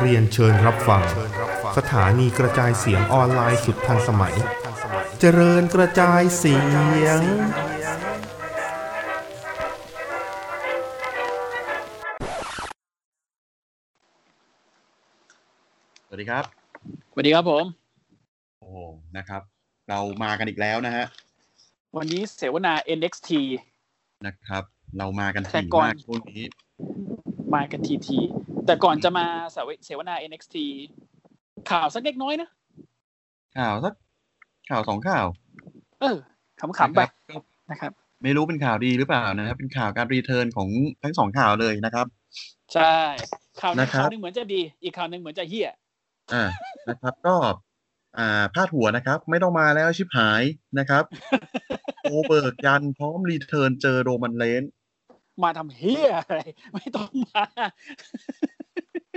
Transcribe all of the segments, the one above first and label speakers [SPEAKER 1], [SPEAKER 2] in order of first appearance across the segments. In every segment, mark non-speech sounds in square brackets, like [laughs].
[SPEAKER 1] เรียนเชิญรับฟัง สถานีกระจายเสียงออนไลน์สุดทันสมัย เจริญกระจายเสียง
[SPEAKER 2] สวัสดีครับ
[SPEAKER 3] สวัสดีครับผม
[SPEAKER 2] โอ้นะครับ เรามากันอีกแล้วนะฮะ
[SPEAKER 3] วันนี้เสวนา NXT
[SPEAKER 2] นะครับ เรามากัน
[SPEAKER 3] แต่
[SPEAKER 2] ถี่
[SPEAKER 3] ก่อน
[SPEAKER 2] มากช่วงนี้
[SPEAKER 3] มากันทีที แต่ก่อนจะมาเสวนา NXT ข่าวสักเล็กน้อยนะ
[SPEAKER 2] ข่าวสักข่าวสองข่าว
[SPEAKER 3] เออขำๆไป
[SPEAKER 2] นะครับก็
[SPEAKER 3] นะครับ
[SPEAKER 2] ไม่รู้เป็นข่าวดีหรือเปล่านะครับ เป็นข่าวการรีเทิร์นของทั้งสองข่าวเลยนะครับ
[SPEAKER 3] ใช่ข่าวหนึง
[SPEAKER 2] นะครับ
[SPEAKER 3] ข่าวหนึงเหมือนจะดี อีกข่าวหนึงเหมือนจะเฮี้ย [laughs]
[SPEAKER 2] อ่า นะครับ ก็ อ่า พาดหัวนะครับ ไม่ต้องมาแล้วชิบหายนะครับ โอเบิร์กยันพร้อมรีเทิร์นเจอโรมันเลนส์
[SPEAKER 3] มาทำเฮี้ยอะไรไม่ต้องมา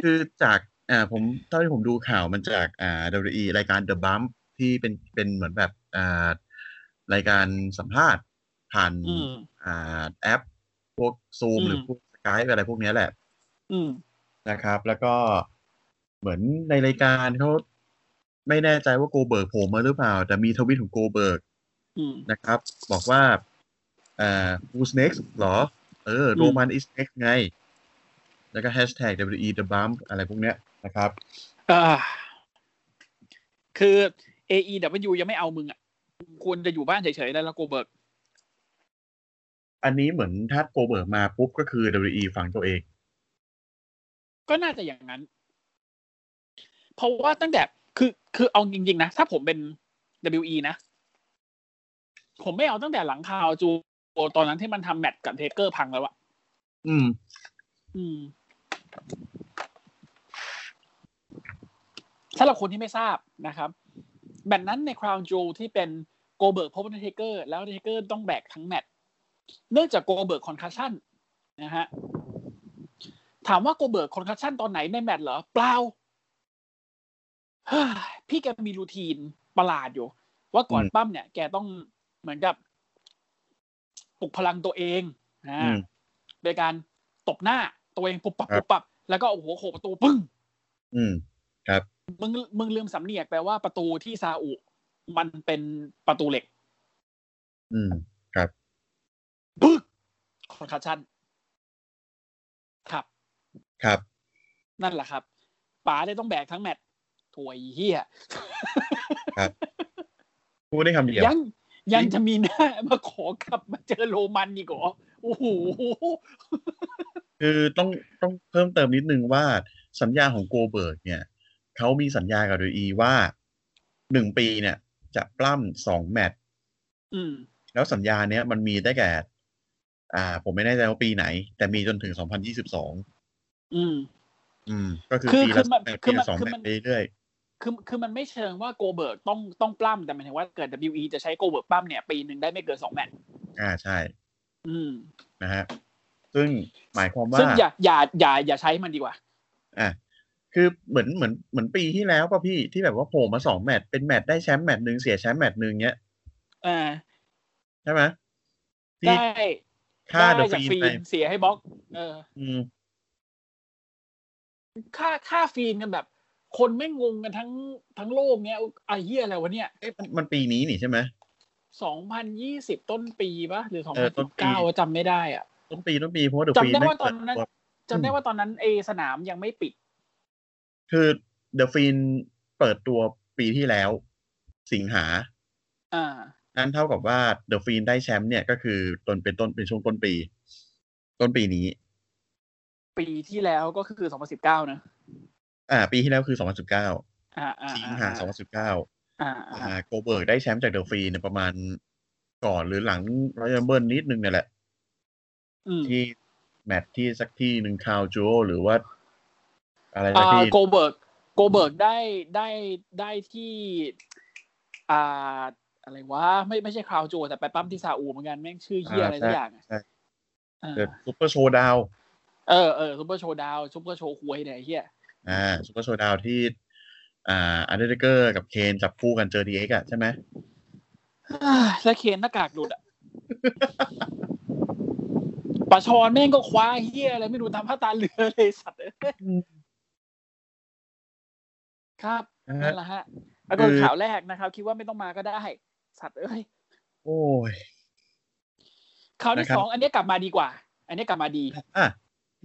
[SPEAKER 2] คือจาก อ่า ผมเท่าที่ผมดูข่าวมันจาก อ่า WWE รายการ The Bump ที่เป็น เป็นเหมือนแบบ อ่า รายการสัมภาษณ์ผ่าน
[SPEAKER 3] อืม
[SPEAKER 2] อ่าแอป พวกซูม
[SPEAKER 3] อืม
[SPEAKER 2] หรือพวกสกายอะไรพวกเนี้ยแหละ
[SPEAKER 3] อืม
[SPEAKER 2] นะครับ แล้วก็เหมือนในรายการเขาไม่แน่ใจว่าโกเบิร์กโผล่มาหรือเปล่า แต่มีทวิตของโกเบิร์ก
[SPEAKER 3] อืม
[SPEAKER 2] นะครับ บอกว่าอ่า who's next เหรอ เออ
[SPEAKER 3] อืม
[SPEAKER 2] โรมัน is next ไง แล้วก็ hashtag WWE the bump อะไรพวกเนี้ยนะครับ
[SPEAKER 3] อ่าคือ AEW ยังไม่เอามึงอ่ะควรจะอยู่บ้านเฉยๆแล้วแล้วโกเบิร์ก
[SPEAKER 2] อันนี้เหมือนถ้าโกเบิร์กมาปุ๊บก็คือ WWE ฝังตัวเอง
[SPEAKER 3] ก็น่าจะอย่างนั้น เพราะว่าตั้งแต่คือคือเอาจริงๆนะ ถ้าผมเป็น WE นะ ผมไม่เอาตั้งแต่หลังข่าวจูโอตอนนั้นที่มันทำแมตช์กับเทเกอร์พังแล้วอะ
[SPEAKER 2] อืม
[SPEAKER 3] อืมสำหรับคนที่ไม่ทราบนะครับแมตช์นั้นในคราวจูที่เป็นโกเบิร์กพบกับเทเกอร์ แล้วเทเกอร์ต้องแบกทั้งแมตช์เนื่องจากโกเบิร์กคอนคัชชั่นนะฮะถามว่าโกเบิร์กคอนคัชชั่นตอนไหนในแมตช์เหรอ เปล่า [sighs] เฮ้ยพี่แกมีรูทีนประหลาดอยู่ ว่าก่อน
[SPEAKER 2] อืม
[SPEAKER 3] ปั้มเนี่ยแกต้องเหมือนกับปลุกพลังตัวเองนะ
[SPEAKER 2] อืม
[SPEAKER 3] โดยการตบหน้าตัวเองปุบปับ
[SPEAKER 2] ครับ
[SPEAKER 3] ปุบปับ แล้วก็โอ้โหโขกประตูปึ้ง
[SPEAKER 2] อืม
[SPEAKER 3] มึงมึงลืมสำเนียกแปลว่าประตูที่ซาอุ มันเป็นประตูเหล็ก
[SPEAKER 2] อืม
[SPEAKER 3] ปึ๊กคอนคัชชั่นครับ
[SPEAKER 2] ครับ
[SPEAKER 3] นั่นแหละครับป๋าเลยต้องแบกทั้งแมตช์ถวยเฮีย
[SPEAKER 2] พูดได้คำเดียว
[SPEAKER 3] ยังยังจะมีหน้ามาขอกลับมาเจอโรมันอีกเหรอโอ้โห
[SPEAKER 2] คือต้องต้องเพิ่มเติมนิดนึงว่าสัญญาของโกเบิร์กเนี่ยเขามีสัญญากับดอีว่าหนึ่งปีเนี่ย จะปล้ำสองแมตช์
[SPEAKER 3] อืม
[SPEAKER 2] แล้วสัญญาเนี้ยมันมีได้แก่ อ่า ผมไม่แน่ใจว่าปีไหน แต่มีจนถึงสองพันยี่สิบสอง
[SPEAKER 3] อืม
[SPEAKER 2] อืม ก็คือ
[SPEAKER 3] คือ
[SPEAKER 2] ปีละ
[SPEAKER 3] คือมัน
[SPEAKER 2] แมตช์
[SPEAKER 3] คื
[SPEAKER 2] ปี
[SPEAKER 3] อมัน
[SPEAKER 2] ละสอง
[SPEAKER 3] คือ
[SPEAKER 2] แมต
[SPEAKER 3] มัน
[SPEAKER 2] ช์ไปเรื่อย
[SPEAKER 3] คือคือมันไม่เชิงว่าโกเบิร์กต้องต้องปล้ำแต่หมายถึงว่าเกิด WE จะใช้โกเบิร์กปล้ำเนี่ยปีหนึ่งได้ไม่เกินสองแมตช์
[SPEAKER 2] ๆอ่าใช่
[SPEAKER 3] อืม
[SPEAKER 2] นะฮะซึ่งหมายความว่า
[SPEAKER 3] ซึ่งอย่าอย่าอย่าอย่าใช้มันดีกว่า
[SPEAKER 2] อ่ะคือเหมือนเหมือนเหมือนปีที่แล้วป่ะพี่ที่แบบว่าโผล่มาสองแมตช์เป็นแมตช์ได้แชมป์แมตช์หนึ่งเสียแชมป์แมตช์หนึ่งเนี้ย
[SPEAKER 3] อ่า
[SPEAKER 2] ใช่ไหมที่
[SPEAKER 3] ได้
[SPEAKER 2] ฆ่าเด
[SPEAKER 3] ได้
[SPEAKER 2] อะ
[SPEAKER 3] จาก
[SPEAKER 2] ฟีน
[SPEAKER 3] ฟี
[SPEAKER 2] ไป
[SPEAKER 3] นเสียให้บล็อก เออ
[SPEAKER 2] อืม
[SPEAKER 3] ค่าค่าฟีนกันแบบ คนไม่งงกันทั้งทั้งโลกเนี้ยไอ้เหี้ยอะไรวะเนี่ย
[SPEAKER 2] เอ๊ะมันมันปีนี้นี่ใช่ไหม
[SPEAKER 3] สองพันยี่สิบต้นปีปะหรือสอง
[SPEAKER 2] เอ
[SPEAKER 3] พั
[SPEAKER 2] อน ต้
[SPEAKER 3] สิ
[SPEAKER 2] น
[SPEAKER 3] บ
[SPEAKER 2] ปี
[SPEAKER 3] เก้าจำไม่ได้อ่ะ
[SPEAKER 2] ต้นปีต้นปีเพราะว่าเดอะฟีน
[SPEAKER 3] จำได้ว่าตอนนั้น
[SPEAKER 2] อืม
[SPEAKER 3] จำได้ว่าตอนนั้นเอสนามยังไม่ปิด
[SPEAKER 2] คือเดอะฟีนเปิดตัวปีที่แล้ว สิงหา
[SPEAKER 3] อ่า
[SPEAKER 2] นั่นเท่ากับว่าเดอะฟีนได้แชมป์เนี่ยก็คือต้นเป็นต้นเป็นช่วงต้นปี ต้นปีนี้
[SPEAKER 3] ปีที่แล้วก็คือสองพันสิบเก้านะ
[SPEAKER 2] อ่า ปีที่แล้วคือสองพันสิบเก้า
[SPEAKER 3] อ่าอ่า
[SPEAKER 2] สิง
[SPEAKER 3] อ่า
[SPEAKER 2] หาสองพันสิบเก้า
[SPEAKER 3] อ่า
[SPEAKER 2] อ่า
[SPEAKER 3] อ่า
[SPEAKER 2] โกเบิร์กได้แชมป์จากเดอะฟีนเนยประมาณก่อนหรือหลังรอยัลเบิร์นนิดนึงเนี่ยแหละ
[SPEAKER 3] อืม
[SPEAKER 2] ที่แมตช์ที่สักที่หนึ่งคาวจูหรือว่า อะไร
[SPEAKER 3] อ่า
[SPEAKER 2] นะพี่
[SPEAKER 3] โกเบิร์กโกเบิร์กได้ได้ได้ที่ อ่า อะไรวะไม่ไม่ใช่คราวโจแต่ไปปั้มที่ซาอุเหมือนกันแม่งชื่อเหี้ยอะไรสักอย่างอะอ่า
[SPEAKER 2] เดอะซูเปอร์โชว์ดาว
[SPEAKER 3] เออเออซุปเปอร์โชว์ดาวซุปเปอร์โชว์ควยเนี่ยไอ้เฮีย [sighs]
[SPEAKER 2] อ่าซูเปอร์โชว์ดาวที่ อ่าอันเดอร์เกอร์กับเคนจับคู่กันเจอดีเอ็กอะใช่ไหม
[SPEAKER 3] แล้วเคนหน้ากากหลุดอ่ะ ปะชอนแม่งก็คว้าเฮียอะไรไม่รู้ตามผ้าตาเรือเลยสัตว์เอ้ [laughs] ยครับ
[SPEAKER 2] นะฮะ
[SPEAKER 3] นั่นแหละฮะแล้วก็
[SPEAKER 2] คือ
[SPEAKER 3] ข่าวแรกนะครับ คิดว่าไม่ต้องมาก็ได้ สัตว์เอ้ย
[SPEAKER 2] โอ้ย
[SPEAKER 3] ข่าวที่
[SPEAKER 2] นะครับ
[SPEAKER 3] สองอันเนี้ยกลับมาดีกว่า อันเนี้ยกลับมาดี
[SPEAKER 2] อ่ะ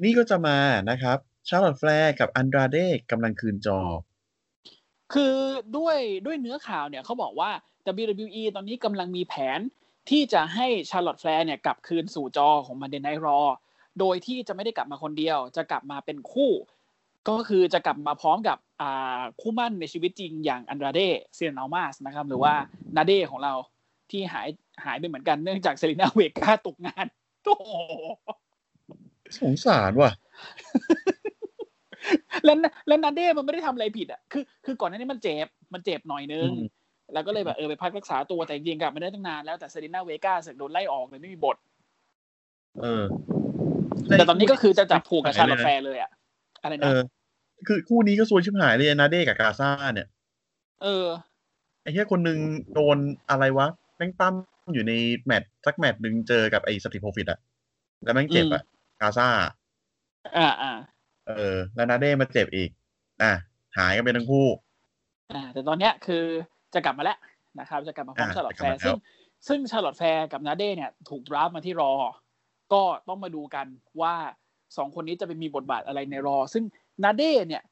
[SPEAKER 2] นี่ก็จะมานะครับชาร์ลอตแฟร์กับอันดราเดกำลังคืนจอ
[SPEAKER 3] คือด้วยด้วยเนื้อข่าวเนี่ยเขาบอกว่า WWE ตอนนี้กำลังมีแผนที่จะให้ชาร์ลอตแฟร์เนี่ยกลับคืนสู่จอของมันเดนไนรอ โดยที่จะไม่ได้กลับมาคนเดียว จะกลับมาเป็นคู่ ก็คือจะกลับมาพร้อมกับอ่าคู่หมั่นในชีวิตจริงอย่างอันดราเดเซียนอามาสนะครับ หรือว่านาเดของเราที่หายหายไปเหมือนกันเนื่องจากเซรีนาเวก้าตกงาน [laughs] โอ้โห
[SPEAKER 2] สงสารว่ะ
[SPEAKER 3] แล้วนะแล้วนาเดมันไม่ได้ทำอะไรผิดอ่ะคือคือก่อนหน้านี้มันเจ็บ มันเจ็บหน่อยนึง
[SPEAKER 2] อืม
[SPEAKER 3] แล้วก็เลยแบบเออไปพักรักษาตัวแต่จริงๆกลับมาได้ตั้งนานแล้วแต่เซรีนาเวก้าสึกโดนไล่ออกเลยไม่มีบท
[SPEAKER 2] เออ
[SPEAKER 3] แต่ตอนนี้ก็คือจะจับผูกกับชาร์ลอตแฟร์เลยอ่ะอะไร
[SPEAKER 2] เอ
[SPEAKER 3] นะ
[SPEAKER 2] อ คือคู่นี้ก็ซวยชิบหายเลยนาเดกับกาซาเนี่ย
[SPEAKER 3] เออ
[SPEAKER 2] ไอ้เหี้ยคนหนึ่งโดนอะไรวะ แม่งปั้มอยู่ในแมตช์สักแมตช์หนึ่งเจอกับไอ้สติโพฟิตอะแล้วแม่งเจ็บอะกาซา
[SPEAKER 3] อ่าอ่า
[SPEAKER 2] เออ แล้วนาเดมาเจ็บอีก อ่ะ หายกันไปทั้งคู่
[SPEAKER 3] อ่าแต่ตอนเนี้ยคือจะกลับมาแล้วนะครับ จะกลับมาพร้อม
[SPEAKER 2] อ่า
[SPEAKER 3] ชาร์ลอตแฟร์
[SPEAKER 2] จะกลับมาแล้
[SPEAKER 3] ซึ่ง
[SPEAKER 2] ว
[SPEAKER 3] ซึ่งชาร์ลอตแฟร์กับนาเด้เนี่ย ถูกดราฟต์มาที่รอ ก็ต้องมาดูกันว่าสองคนนี้จะไปมีบทบาทอะไรในรอ ซึ่งนาเด้เนี่ย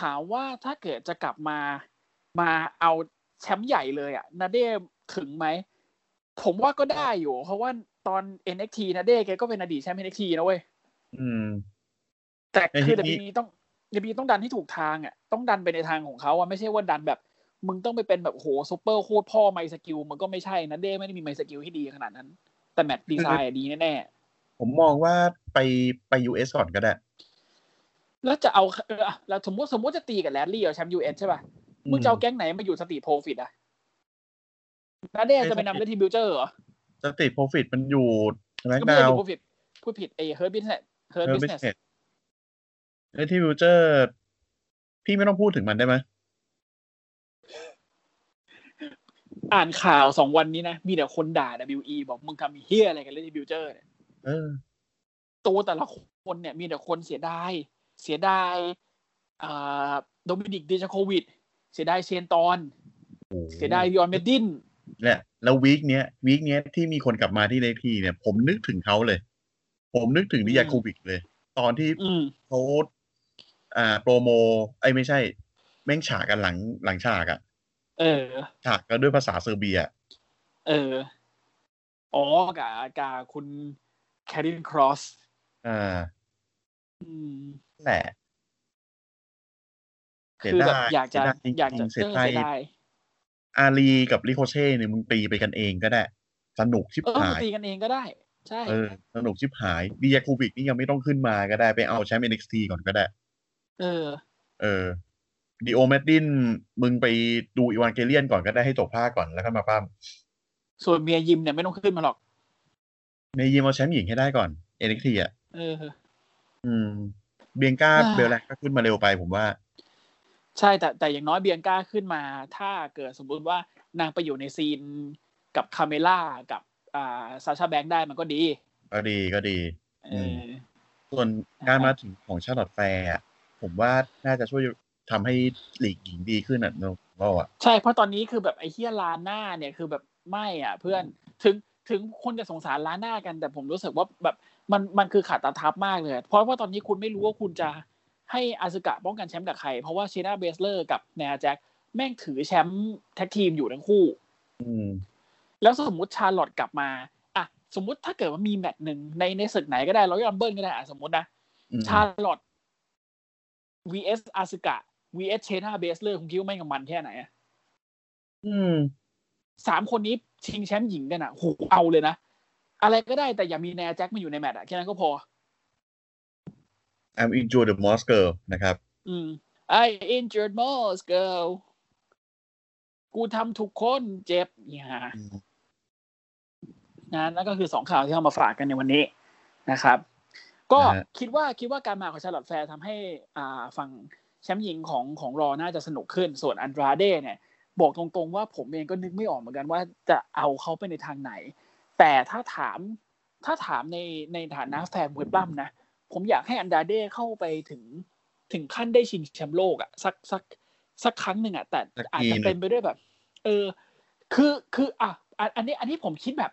[SPEAKER 3] ถามว่าถ้าเกิดจะกลับมามาเอาแชมป์ใหญ่เลยอ่ะนาเด้ถึงไหม ผมว่าก็ได้อยู่ เพราะว่าตอน NXT นาเด้แกก็เป็นอดีตแชมป์ NXT นะเว้ย
[SPEAKER 2] อืม
[SPEAKER 3] แต่
[SPEAKER 2] ไอ้
[SPEAKER 3] คือ
[SPEAKER 2] ที่นี่
[SPEAKER 3] WWE ต้อง WWE ต้องดันให้ถูกทางอ่ะต้องดันไปในทางของเขาอ่ะไม่ใช่ว่าดันแบบ มึงต้องไปเป็นแบบโหซูเปอร์โคตรพ่อไมสกิลมันก็ไม่ใช่นะเด้ไม่ได้มีไมสกิลที่ดีขนาดนั้น แต่แมตช์ดีไซน์อะดีแน่
[SPEAKER 2] ผมมองว่าไปไป US ก่อนก็ได้
[SPEAKER 3] ๆแล้วจะเอาเออแล้วสมมติสมมติจะตีกับแรดลี่เอาแชมป์ยูเอใช่ป่ะมึงจะเอาแก๊งไหนมาอยู่สตรีทโปรฟิตอ่ะนาเด้จะไปนำเดทีบิวเจอร์เหรอ
[SPEAKER 2] สติโพฟิตมันอยู่แม็ก
[SPEAKER 3] ก็ไม่
[SPEAKER 2] ดา
[SPEAKER 3] ใช่
[SPEAKER 2] ว
[SPEAKER 3] โปรฟิตพูดผิดเอเฮิร์ดบิสเนสเฮิร์ด
[SPEAKER 2] เออ
[SPEAKER 3] บิส
[SPEAKER 2] บิส
[SPEAKER 3] เนส
[SPEAKER 2] เนสเออที่วิวเจอร์ พี่ไม่ต้องพูดถึงมันได้ไหม
[SPEAKER 3] อ่านข่าวสองวันนี้นะมีแต่คนด่า WE บอกมึงทำเฮี้ยอะไรกันเลยทีบิวเจอร์
[SPEAKER 2] เออ
[SPEAKER 3] ตัวแต่ละคนเนี่ยมีแต่คนเสียดาย เสียดายอ่าโดมินิกเดชโควิด เสียดายเชนตอน เสียดายยอนเมดดิน
[SPEAKER 2] เนี่ยแล้ววีคเนี้ยวีคเนี้ยที่มีคนกลับมาที่ในทีเนี่ย ผมนึกถึงเขาเลย ผมนึกถึงดิยาโควิกเลย ตอนที่
[SPEAKER 3] อืม
[SPEAKER 2] เขาอ่า โปรโมไอ้ยไม่ใช่ แม่งฉากกันหลังหลังฉากอะ
[SPEAKER 3] เออ
[SPEAKER 2] ฉากกันด้วยภาษาเซอร์เบีย
[SPEAKER 3] เออ อ๋อ กากาคุณแครินครอส
[SPEAKER 2] อ่า
[SPEAKER 3] อืม
[SPEAKER 2] นั่นแหละเสีย
[SPEAKER 3] คือแบบ
[SPEAKER 2] ดาย
[SPEAKER 3] อยากจะ
[SPEAKER 2] เสีดริงๆ
[SPEAKER 3] อยากจะ
[SPEAKER 2] เสีย
[SPEAKER 3] เออ
[SPEAKER 2] ดาย
[SPEAKER 3] เสียดาย
[SPEAKER 2] อารีกับลิโคเช่เนี่ยมึงตีไปกันเองก็ได้ สนุกชิบ
[SPEAKER 3] เออ
[SPEAKER 2] หา
[SPEAKER 3] มึง
[SPEAKER 2] ย
[SPEAKER 3] ตีกันเองก็ได้ ใช่
[SPEAKER 2] เออ สนุกชิบหายดิยาโควิกนี่ยังไม่ต้องขึ้นมาก็ได้ไปเอาแชมป์เอ็นเอ็กซ์ทีก่อนก็ได้
[SPEAKER 3] เออ
[SPEAKER 2] เออดีโอแมดดิน มึงไปดูอีวานเกเลียนก่อนก็ได้ให้จบภาคก่อนแล้วก็มาปั้ม
[SPEAKER 3] ส่วนเมียยิมเนี่ยไม่ต้องขึ้นมาหรอก
[SPEAKER 2] ในยีมเอาแชมป์หญิงให้ได้ก่อนเอ t ็กทีอ่ะ
[SPEAKER 3] เออ
[SPEAKER 2] อืม เบียงก้า
[SPEAKER 3] อ่า
[SPEAKER 2] เบลแลกก็ขึ้นมาเร็วไปผมว่า
[SPEAKER 3] ใช่แต่แต่อย่างน้อยเบียงก้าขึ้นมา ถ้าเกิดสมมุติว่านางไปอยู่ในซีนกับคาเมล่ากับอ่าซาชาแบงค์ได้มันก็ดี
[SPEAKER 2] ก็ดีก็ดี
[SPEAKER 3] เอ
[SPEAKER 2] อืม
[SPEAKER 3] อ
[SPEAKER 2] ส่วนการมาถึงของชาลอตแฟร์อะผมว่าน่าจะช่วยทำให้หลีกหญิงดีขึ้นอ่ะเราอ่ะ
[SPEAKER 3] ใช่เพราะตอนนี้คือแบบไอ้เฮียลาหน้าเนี่ยคือแบบไม่อ่ะ เพื่อนถึงถึงคนจะสงสารลาหน้ากัน แต่ผมรู้สึกว่าแบบมันมันคือขาดตาทับมากเลยอะเพราะว่าตอนนี้คุณไม่รู้ว่าคุณจะให้อาซึกะป้องกันแชมป์กับใคร เพราะว่าเชนาเบสเลอร์กับแนอาแจ็คแม่งถือแชมป์แท็กทีมอยู่ทั้งคู่
[SPEAKER 2] อืม
[SPEAKER 3] แล้วสมมติชาร์ลอตกลับมาอ่ะสมมติถ้าเกิดว่ามีแมตช์หนึ่งในในศึกไหนก็ได้เรายอมเบิร์นก็ได้อ่ะสมมตินะ
[SPEAKER 2] อืม
[SPEAKER 3] ชาร์ลอต vs อาซึกะ vs เชนาเบสเลอร์คุณคิดว่าแม่งกับมันแค่ไหนอะ
[SPEAKER 2] อืม
[SPEAKER 3] สามคนนี้ชิงแชมป์หญิงกันอ่ะโหเอาเลยนะ อะไรก็ได้แต่อย่ามีแนร์แจ็คมาอยู่ในแมตช์อ่ะแค่นั้นก็พอ
[SPEAKER 2] I'm into the Moss Girl นะครับ
[SPEAKER 3] อืม I injured most girl กูทำทุกคนเจ็บอย่า
[SPEAKER 2] อืม
[SPEAKER 3] นะนั่นก็คือสองข่าวที่เอามาฝากกันในวันนี้นะครับ ก็
[SPEAKER 2] นะฮะ
[SPEAKER 3] คิดว่าคิดว่าการมาของชาร์ลอตแฟร์ทำให้อ่าฝั่งแชมป์หญิงของของรอน่าจะสนุกขึ้นส่วนอันดราเดเนี่ย บอกตรงๆว่าผมเองก็นึกไม่ออกเหมือนกันว่าจะเอาเขาไปในทางไหน แต่ถ้าถาม ถ้าถามในในฐานะแฟนมวยปล้ำนะ ผมอยากให้อันดาเด้เข้าไปถึงถึงขั้นได้ชิงแชมป์โลกอะสักสักสักครั้งหนึ่งอะแต่
[SPEAKER 2] สักที
[SPEAKER 3] อาจ
[SPEAKER 2] ห
[SPEAKER 3] จะ
[SPEAKER 2] นึ่ง
[SPEAKER 3] เป็นไปด้วยแบบ เออ คือคืออ่ะอันอันนี้ อันนี้ผมคิดแบบ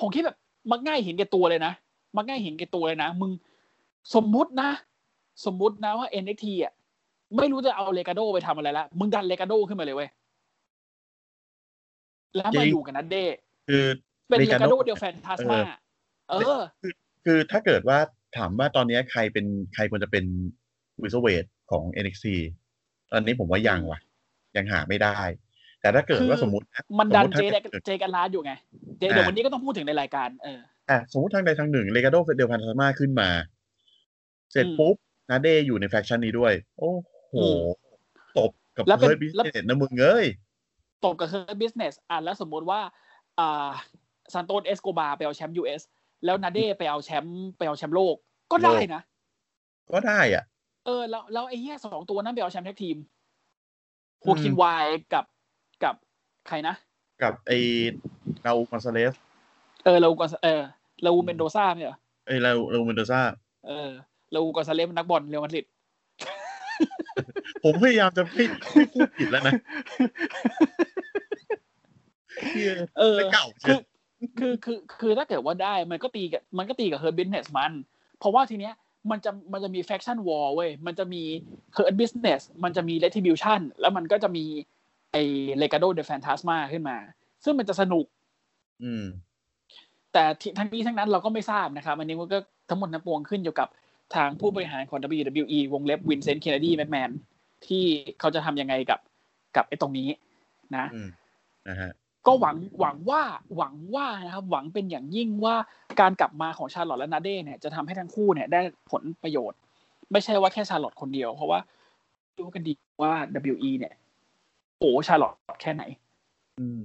[SPEAKER 3] ผมคิดแบบ มักง่ายเห็นแก่ตัวเลยนะ มักง่ายเห็นแก่ตัวเลยนะ มึงสมมุตินะ สมมุตินะว่า NXT อ่ะไม่รู้จะเอาเลกาโดไปทำอะไรละมึงดันเลกาโดขึ้นมาเลยเว้ยแล้วมา
[SPEAKER 2] จริง
[SPEAKER 3] อยู่กับนัดเด
[SPEAKER 2] คือ
[SPEAKER 3] เป็นเลกา
[SPEAKER 2] Legado
[SPEAKER 3] โดเดลแฟนทาสมาเออ
[SPEAKER 2] คือถ้าเกิดว่าถามว่าตอนนี้ใครเป็นใครควรจะเป็นวิสเวทของ NXT ตอนนี้ผมว่ายังว่ะ ยังหาไม่ได้ แต่ถ้าเกิดว่า
[SPEAKER 3] คือ
[SPEAKER 2] สมมติะ
[SPEAKER 3] มันดัน
[SPEAKER 2] ส
[SPEAKER 3] เจ
[SPEAKER 2] ติ
[SPEAKER 3] ได้
[SPEAKER 2] ถ้ากิด
[SPEAKER 3] เจกันลาดอยู่ไงเจ
[SPEAKER 2] อ่า
[SPEAKER 3] เดี๋ยววันนี้ก็ต้องพูดถึงในรายการเออ
[SPEAKER 2] อ่ะสมมติทางใดทางหนึ่งเลกาโดเดลพันธามาขึ้นมา เสร็จ
[SPEAKER 3] อืม
[SPEAKER 2] ปุ๊บนาเดอยู่ในแฟคชั่นนี้ด้วย โอ้โห
[SPEAKER 3] อืม
[SPEAKER 2] ตบกับ
[SPEAKER 3] แล้วเป็น
[SPEAKER 2] เพิร์ดบิส
[SPEAKER 3] แล้ว
[SPEAKER 2] เนสนะมึงเอ้ย
[SPEAKER 3] ตบกับเ e อร์บิสเนสอ่ะแล้วสมมติว่า อ่าซานโตนเอสโกบาไปเอาแชมป์ยูเอสแล้วนาเด [laughs] ไปเอาแชมป์ไปเอาแชมป์โลก ก็ได้นะ
[SPEAKER 2] ก็ได้อ่ะ
[SPEAKER 3] เออ แล้วแล้วไอ้เหี้ยสองตัวนั้นไปเอาแชมป์แท็กทีมโวคินวายกับกับใครนะ
[SPEAKER 2] กับไอเราคอนซาเลส
[SPEAKER 3] เออเราก็เออเราเมนโดซ่าเนี่ยเหรอ
[SPEAKER 2] ไอเราเราเมนเดซ่า
[SPEAKER 3] เออเราก็ซาเลมนักบอลเรอัลมาดริด
[SPEAKER 2] ผมพยายามจะ [laughs] ไม่ไม่พูดผิดแล้วนะเหี้ย
[SPEAKER 3] เออ
[SPEAKER 2] ไม่เก่าเชี
[SPEAKER 3] คื
[SPEAKER 2] ย
[SPEAKER 3] อคือคือคือถ้าเกิดว่าได้มันก็ตีกับมันก็ตีกับเฮิร์บิสเนสมัน เพราะว่าทีเนี้ยมันจะมันจะมีแฟคชั่นวอลเว้ยมันจะมีเฮิร์บิสเนสมันจะมีเ t ทิบิวชันแล้วมันก็จะมีไอเลกาโดเดฟ a นทาสมาขึ้นมา ซึ่งมันจะสนุก
[SPEAKER 2] อืม
[SPEAKER 3] แต่ที่ทั้งนี้ทั้งนั้นเราก็ไม่ทราบนะครับ อันนี้มันก็ทั้งหมดทั้งปวงขึ้นอยู่กับทางผู้บริหารของ WWE วงเล็บวินเซนต์เคนเนดีแมแมนที่เขาจะทำยังไงกับกับไอ้ตรงนี้นะ
[SPEAKER 2] อืมนะฮะ
[SPEAKER 3] ก็หวังหวังว่าหวังว่านะครับหวังเป็นอย่างยิ่งว่าการกลับมาของชาร์ลอตและนาเด้เนี่ยจะทำให้ทั้งคู่เนี่ยได้ผลประโยชน์ ไม่ใช่ว่าแค่ชาร์ลอตคนเดียว เพราะว่ารู้กันดีว่า WE เนี่ยโอชาร์ลอตแค่ไหน
[SPEAKER 2] อืม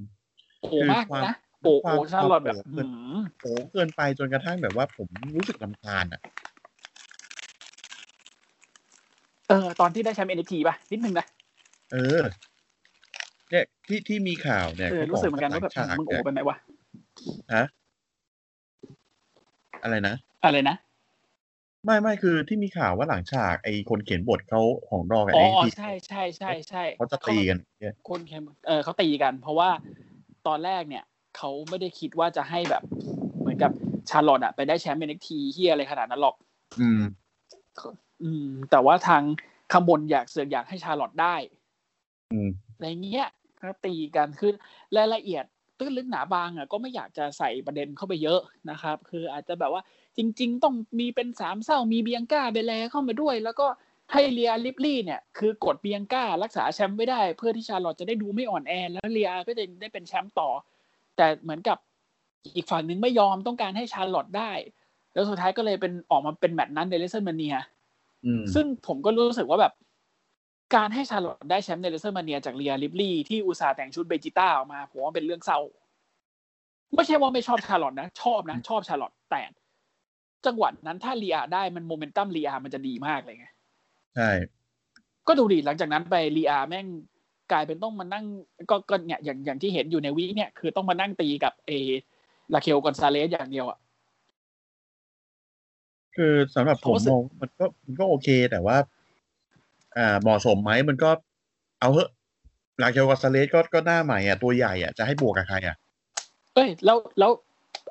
[SPEAKER 3] โอ
[SPEAKER 2] คือ
[SPEAKER 3] มาก
[SPEAKER 2] ความ
[SPEAKER 3] นะโอ
[SPEAKER 2] ค
[SPEAKER 3] โอ
[SPEAKER 2] วาม
[SPEAKER 3] ชาร์ลอตแบบ
[SPEAKER 2] โอเกิ
[SPEAKER 3] หื
[SPEAKER 2] น
[SPEAKER 3] ม
[SPEAKER 2] โหเกินไปจนกระทั่งแบบว่าผมรู้สึกลำคาญอ่ะ
[SPEAKER 3] เออตอนที่ได้แชมป์ NXT ป่ะ นิดนึงนะ
[SPEAKER 2] เออ เนี่ยที่ที่มีข่าวเนี่ย
[SPEAKER 3] เออ
[SPEAKER 2] ขา
[SPEAKER 3] รู้สึกเหมือนกันว่าแบบ
[SPEAKER 2] ฉาก
[SPEAKER 3] มึงโอ
[SPEAKER 2] เนี่ย
[SPEAKER 3] ไปไหมวะ
[SPEAKER 2] ฮะอะไรนะ
[SPEAKER 3] อะไรนะ
[SPEAKER 2] ไม่ไม่คือที่มีข่าวว่าหลังฉากไอ้คนเขียนบทเขาของรอกับ
[SPEAKER 3] อ๋
[SPEAKER 2] ไอ้
[SPEAKER 3] อ
[SPEAKER 2] ที่
[SPEAKER 3] ใช่ใช่ใช่ใช่
[SPEAKER 2] เขาจะตีกันเนี่ย
[SPEAKER 3] คนแคมเออเขาตีกัน เพราะว่าตอนแรกเนี่ยเขาไม่ได้คิดว่าจะให้แบบ เหมือนกับชาร์ลอตอะไปได้แชมป์เอ็กทีเฮียอะไรขนาดนั้นหรอก
[SPEAKER 2] อืม
[SPEAKER 3] อืม แต่ว่าทางข้างบนอยากเสือกอยากให้ชาร์ลอตได้
[SPEAKER 2] อืม
[SPEAKER 3] อะไรเงี้ยก็ตีกันคือรายละเอียดตื้นลึกหนาบางอะก็ไม่อยากจะใส่ประเด็นเข้าไปเยอะนะครับ คืออาจจะแบบว่าจริง ๆ ต้องมีเป็นสามเศร้ามีเบียงก้าเบแลเข้ามาด้วย แล้วก็ให้เลียลิปลี่เนี่ยคือกดเบียงก้ารักษาแชมป์ไว้ได้ เพื่อที่ชาร์ลอตจะได้ดูไม่อ่อนแอ แล้วเลียก็จะได้เป็นแชมป์ต่อ แต่เหมือนกับอีกฝั่งหนึ่งไม่ยอมต้องการให้ชาร์ลอตได้ แล้วสุดท้ายก็เลยเป็นออกมาเป็นแมตช์นั้นในเลเซอร์มาเนีย
[SPEAKER 2] อืม
[SPEAKER 3] ซึ่งผมก็รู้สึกว่าแบบ การให้ชาร์ลอตได้แชมป์ในเลเซอร์มาเนียจากเรียลิปลี่ที่อุตส่าห์แต่งชุดเบจิต้าออกมา ผมว่าเป็นเรื่องเศร้า ไม่ใช่ว่าไม่ชอบชาร์ลอตนะ ชอบนะ ชอบชาร์ลอตแต่ จังหวะนั้นถ้าเรียได้มันโมเมนตัมเรียมันจะดีมากเลยไง
[SPEAKER 2] ใช่
[SPEAKER 3] ก็ดูดีหลังจากนั้นไปเรียแม่งกลายเป็นต้องมานั่งก็ก็เนี่ยอย่างอย่างที่เห็นอยู่ในวีคเนี่ย คือต้องมานั่งตีกับเอลาเคลกอนซาเลสอย่างเดียวอะ
[SPEAKER 2] คือสำหรับผม
[SPEAKER 3] รู้สึก
[SPEAKER 2] มองว่ามันก็มันก็โอเคแต่ว่า อ่าเหมาะสมไหมมันก็ เอาเถอะลาเคลกอสเลสก็ก็หน้าใหม่อ่ะตัวใหญ่อ่ะจะให้บวกกับใครอ่ะ
[SPEAKER 3] เอ้ยแล้วแล้ว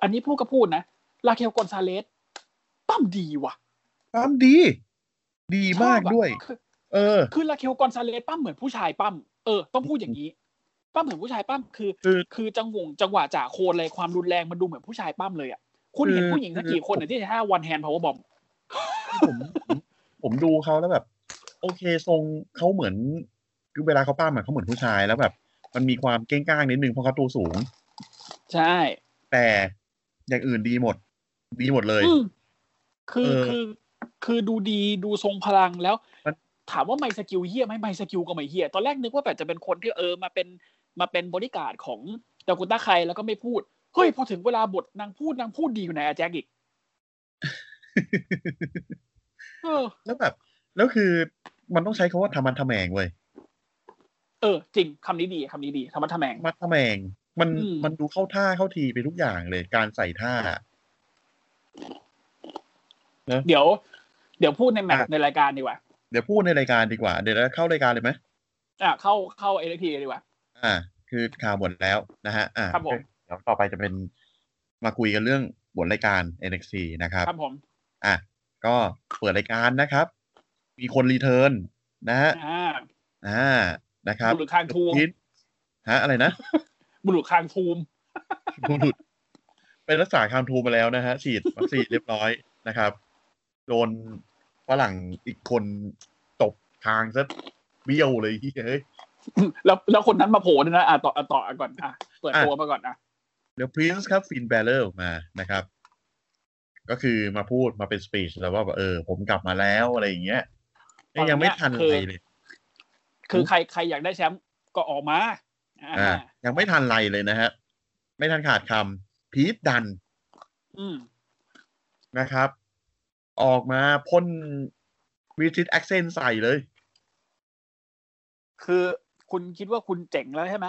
[SPEAKER 3] อันนี้พูดก็พูดนะลาเคลกอนซาเลสปั้มดีว่ะ
[SPEAKER 2] ปั้มดี ดีมากด้วย
[SPEAKER 3] ชอบอะคือ
[SPEAKER 2] เออ
[SPEAKER 3] คือลาเคลกอนซาเลสปั้มเหมือนผู้ชายปั้มเออต้องพูดอย่างนี้ปั้มเหมือนผู้ชายปั้มคือ
[SPEAKER 2] คือ
[SPEAKER 3] คือจังหวงจังหวะจ่าโคนอะไรความรุนแรงมันดูเหมือนผู้ชายปั้มเลยอ่ะคุณเห็น
[SPEAKER 2] คือ
[SPEAKER 3] ผู้หญิงสักกี่คนอ่ะที่ถ้าวันแฮนด์พาวเวอร์บอม
[SPEAKER 2] ผมผมผมดูเขาแล้วแบบ โอเคทรงเขาเหมือนคือเวลาเขาปั้มอะเขาเหมือนผู้ชายแล้วแบบ มันมีความเก้งก้างนิดนึงเพราะเขาตัวสูง
[SPEAKER 3] ใช่
[SPEAKER 2] แต่อย่างอื่นดีหมด ดีหมดเลย
[SPEAKER 3] อืมคือ
[SPEAKER 2] เออ
[SPEAKER 3] คือ คือดูดีดูทรงพลังแล้ว
[SPEAKER 2] มัน
[SPEAKER 3] ถามว่าไมค์สกิลเฮียไหมไมค์สกิลก็ไม่เฮียตอนแรกนึกว่าแบบจะเป็นคนที่เออมาเป็นมาเป็นบริการดของดากุต้าใครแล้วก็ไม่พูดเฮ้ยพอถึงเวลาบทนางพูดนางพูดดีอยู่ไหนอาแจ็คอีกเออ
[SPEAKER 2] [laughs] แล้วแบบ แล้วคือมันต้องใช้คาว่าทำมันทำแมงเว้ย
[SPEAKER 3] เออจริงคำนี้ดีคำนี้ดีธรรมะทะแมง
[SPEAKER 2] มัดทำแมง มัน
[SPEAKER 3] อืม
[SPEAKER 2] มันดูเข้าท่าเข้าทีไปทุกอย่างเลย การใส่ท่า นะ
[SPEAKER 3] เดี๋ยว เดี๋ยวพูดในแมตช์
[SPEAKER 2] อ่ะ
[SPEAKER 3] ในรายการดีกว่า
[SPEAKER 2] เดี๋ยวพูดในรายการดีกว่า เดี๋ยวเราเข้ารายการเลยไหม
[SPEAKER 3] อ่ะเข้าเข้าเอเอพีดีกว่า
[SPEAKER 2] อ่า คือข่าวหมดแล้วนะฮะ อ่า
[SPEAKER 3] ครับผม
[SPEAKER 2] เดี๋ยวต่อไปจะเป็นมาคุยกันเรื่องบทรายการ NXT นะครับ
[SPEAKER 3] ครับผม
[SPEAKER 2] อ่ะก็เปิดรายการนะครับ มีคนรีเทิร์นนะฮะ
[SPEAKER 3] อ่า
[SPEAKER 2] อ่านะครับ
[SPEAKER 3] บุรุษคางทูม
[SPEAKER 2] พิษฮะอะไรนะ
[SPEAKER 3] บุรุษคางทูม [laughs]
[SPEAKER 2] บุรุษเป็นรักษาคางทูมมาแล้วนะฮะฉีดวัคซีน [laughs] เรียบร้อยนะครับ โดนฝรั่งอีกคนตบคางซะเบี้ยวเลยเฮ้ย
[SPEAKER 3] แล้วแล้วคนนั้นมาโผล่ด้วยนะอ่ะต่ออ่ะต่ออ่ะก่อนอ่ะเปิด
[SPEAKER 2] อ่ะ
[SPEAKER 3] ตัวมาก่อนอ่ะ
[SPEAKER 2] เดี๋ยวพรินซ์ครับฟินแบลเลอร์ออกมานะครับ ก็คือมาพูดมาเป็นสปีชแล้วว่าแบบเออ ผมกลับมาแล้วอะไรอย่างเงี้ยเอ้ยยังไม่ทันอะไรเลย
[SPEAKER 3] คือใครใครอยากได้แชมป์ก็ออกมาอ่า
[SPEAKER 2] อ่า ยังไม่ทันไรเลยนะฮะ ไม่ทันขาดคำพีทดัน
[SPEAKER 3] อืม
[SPEAKER 2] นะครับ ออกมาพ่นวิจิตแอคเซนใส่เลย
[SPEAKER 3] คือคุณคิดว่าคุณเจ๋งแล้วใช่ไหม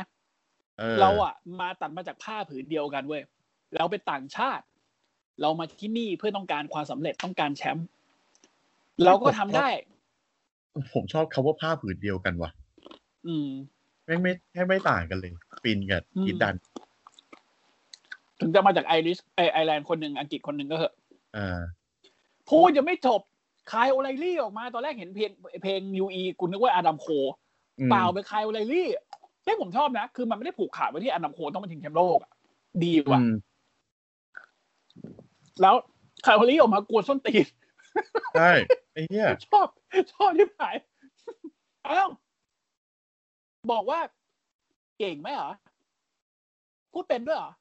[SPEAKER 2] เออ
[SPEAKER 3] เราอ่ะ มาตัดมาจากผ้าผืนเดียวกันเว้ยเราเป็นต่างชาติ เรามาที่นี่เพื่อต้องการความสำเร็จต้องการแชมป์เราก็ทำได้
[SPEAKER 2] ผมชอบคาว่าผ้าผืนเดียวกันว่ะ
[SPEAKER 3] อืม
[SPEAKER 2] ไม่งไม่แค่ไม่ต่างกันเลย ฟินกับ
[SPEAKER 3] อืม
[SPEAKER 2] อีดัน
[SPEAKER 3] ถึงจะมาจากไอริชไอไอแลนด์คนหนึ่งอังกฤษคนหนึ่งก็เหอะ
[SPEAKER 2] อ่า
[SPEAKER 3] พูดยังไม่จบคายโอไลลี่ออกมาตอนแรกเห็นเพลงเพลงนิวอีกูนึกว่าอาดัมโค
[SPEAKER 2] อืม
[SPEAKER 3] เปล่าไปคายโอไลลี่เล่ผมชอบนะ คือมันไม่ได้ผูกขาดไว้ที่อันดับโคต้องมาถึงแชมป์โลกอะดีว่ะ
[SPEAKER 2] อืม
[SPEAKER 3] แล้วคายโอไลลี่ออกมากวนส้นตีน
[SPEAKER 2] ใช่ไอ้เหี้ย
[SPEAKER 3] [laughs] ชอบ ชอบที่ผาย [laughs] เอ้า บอกว่า เก่งไหมเหรอ พูดเป็นด้วยเหรอ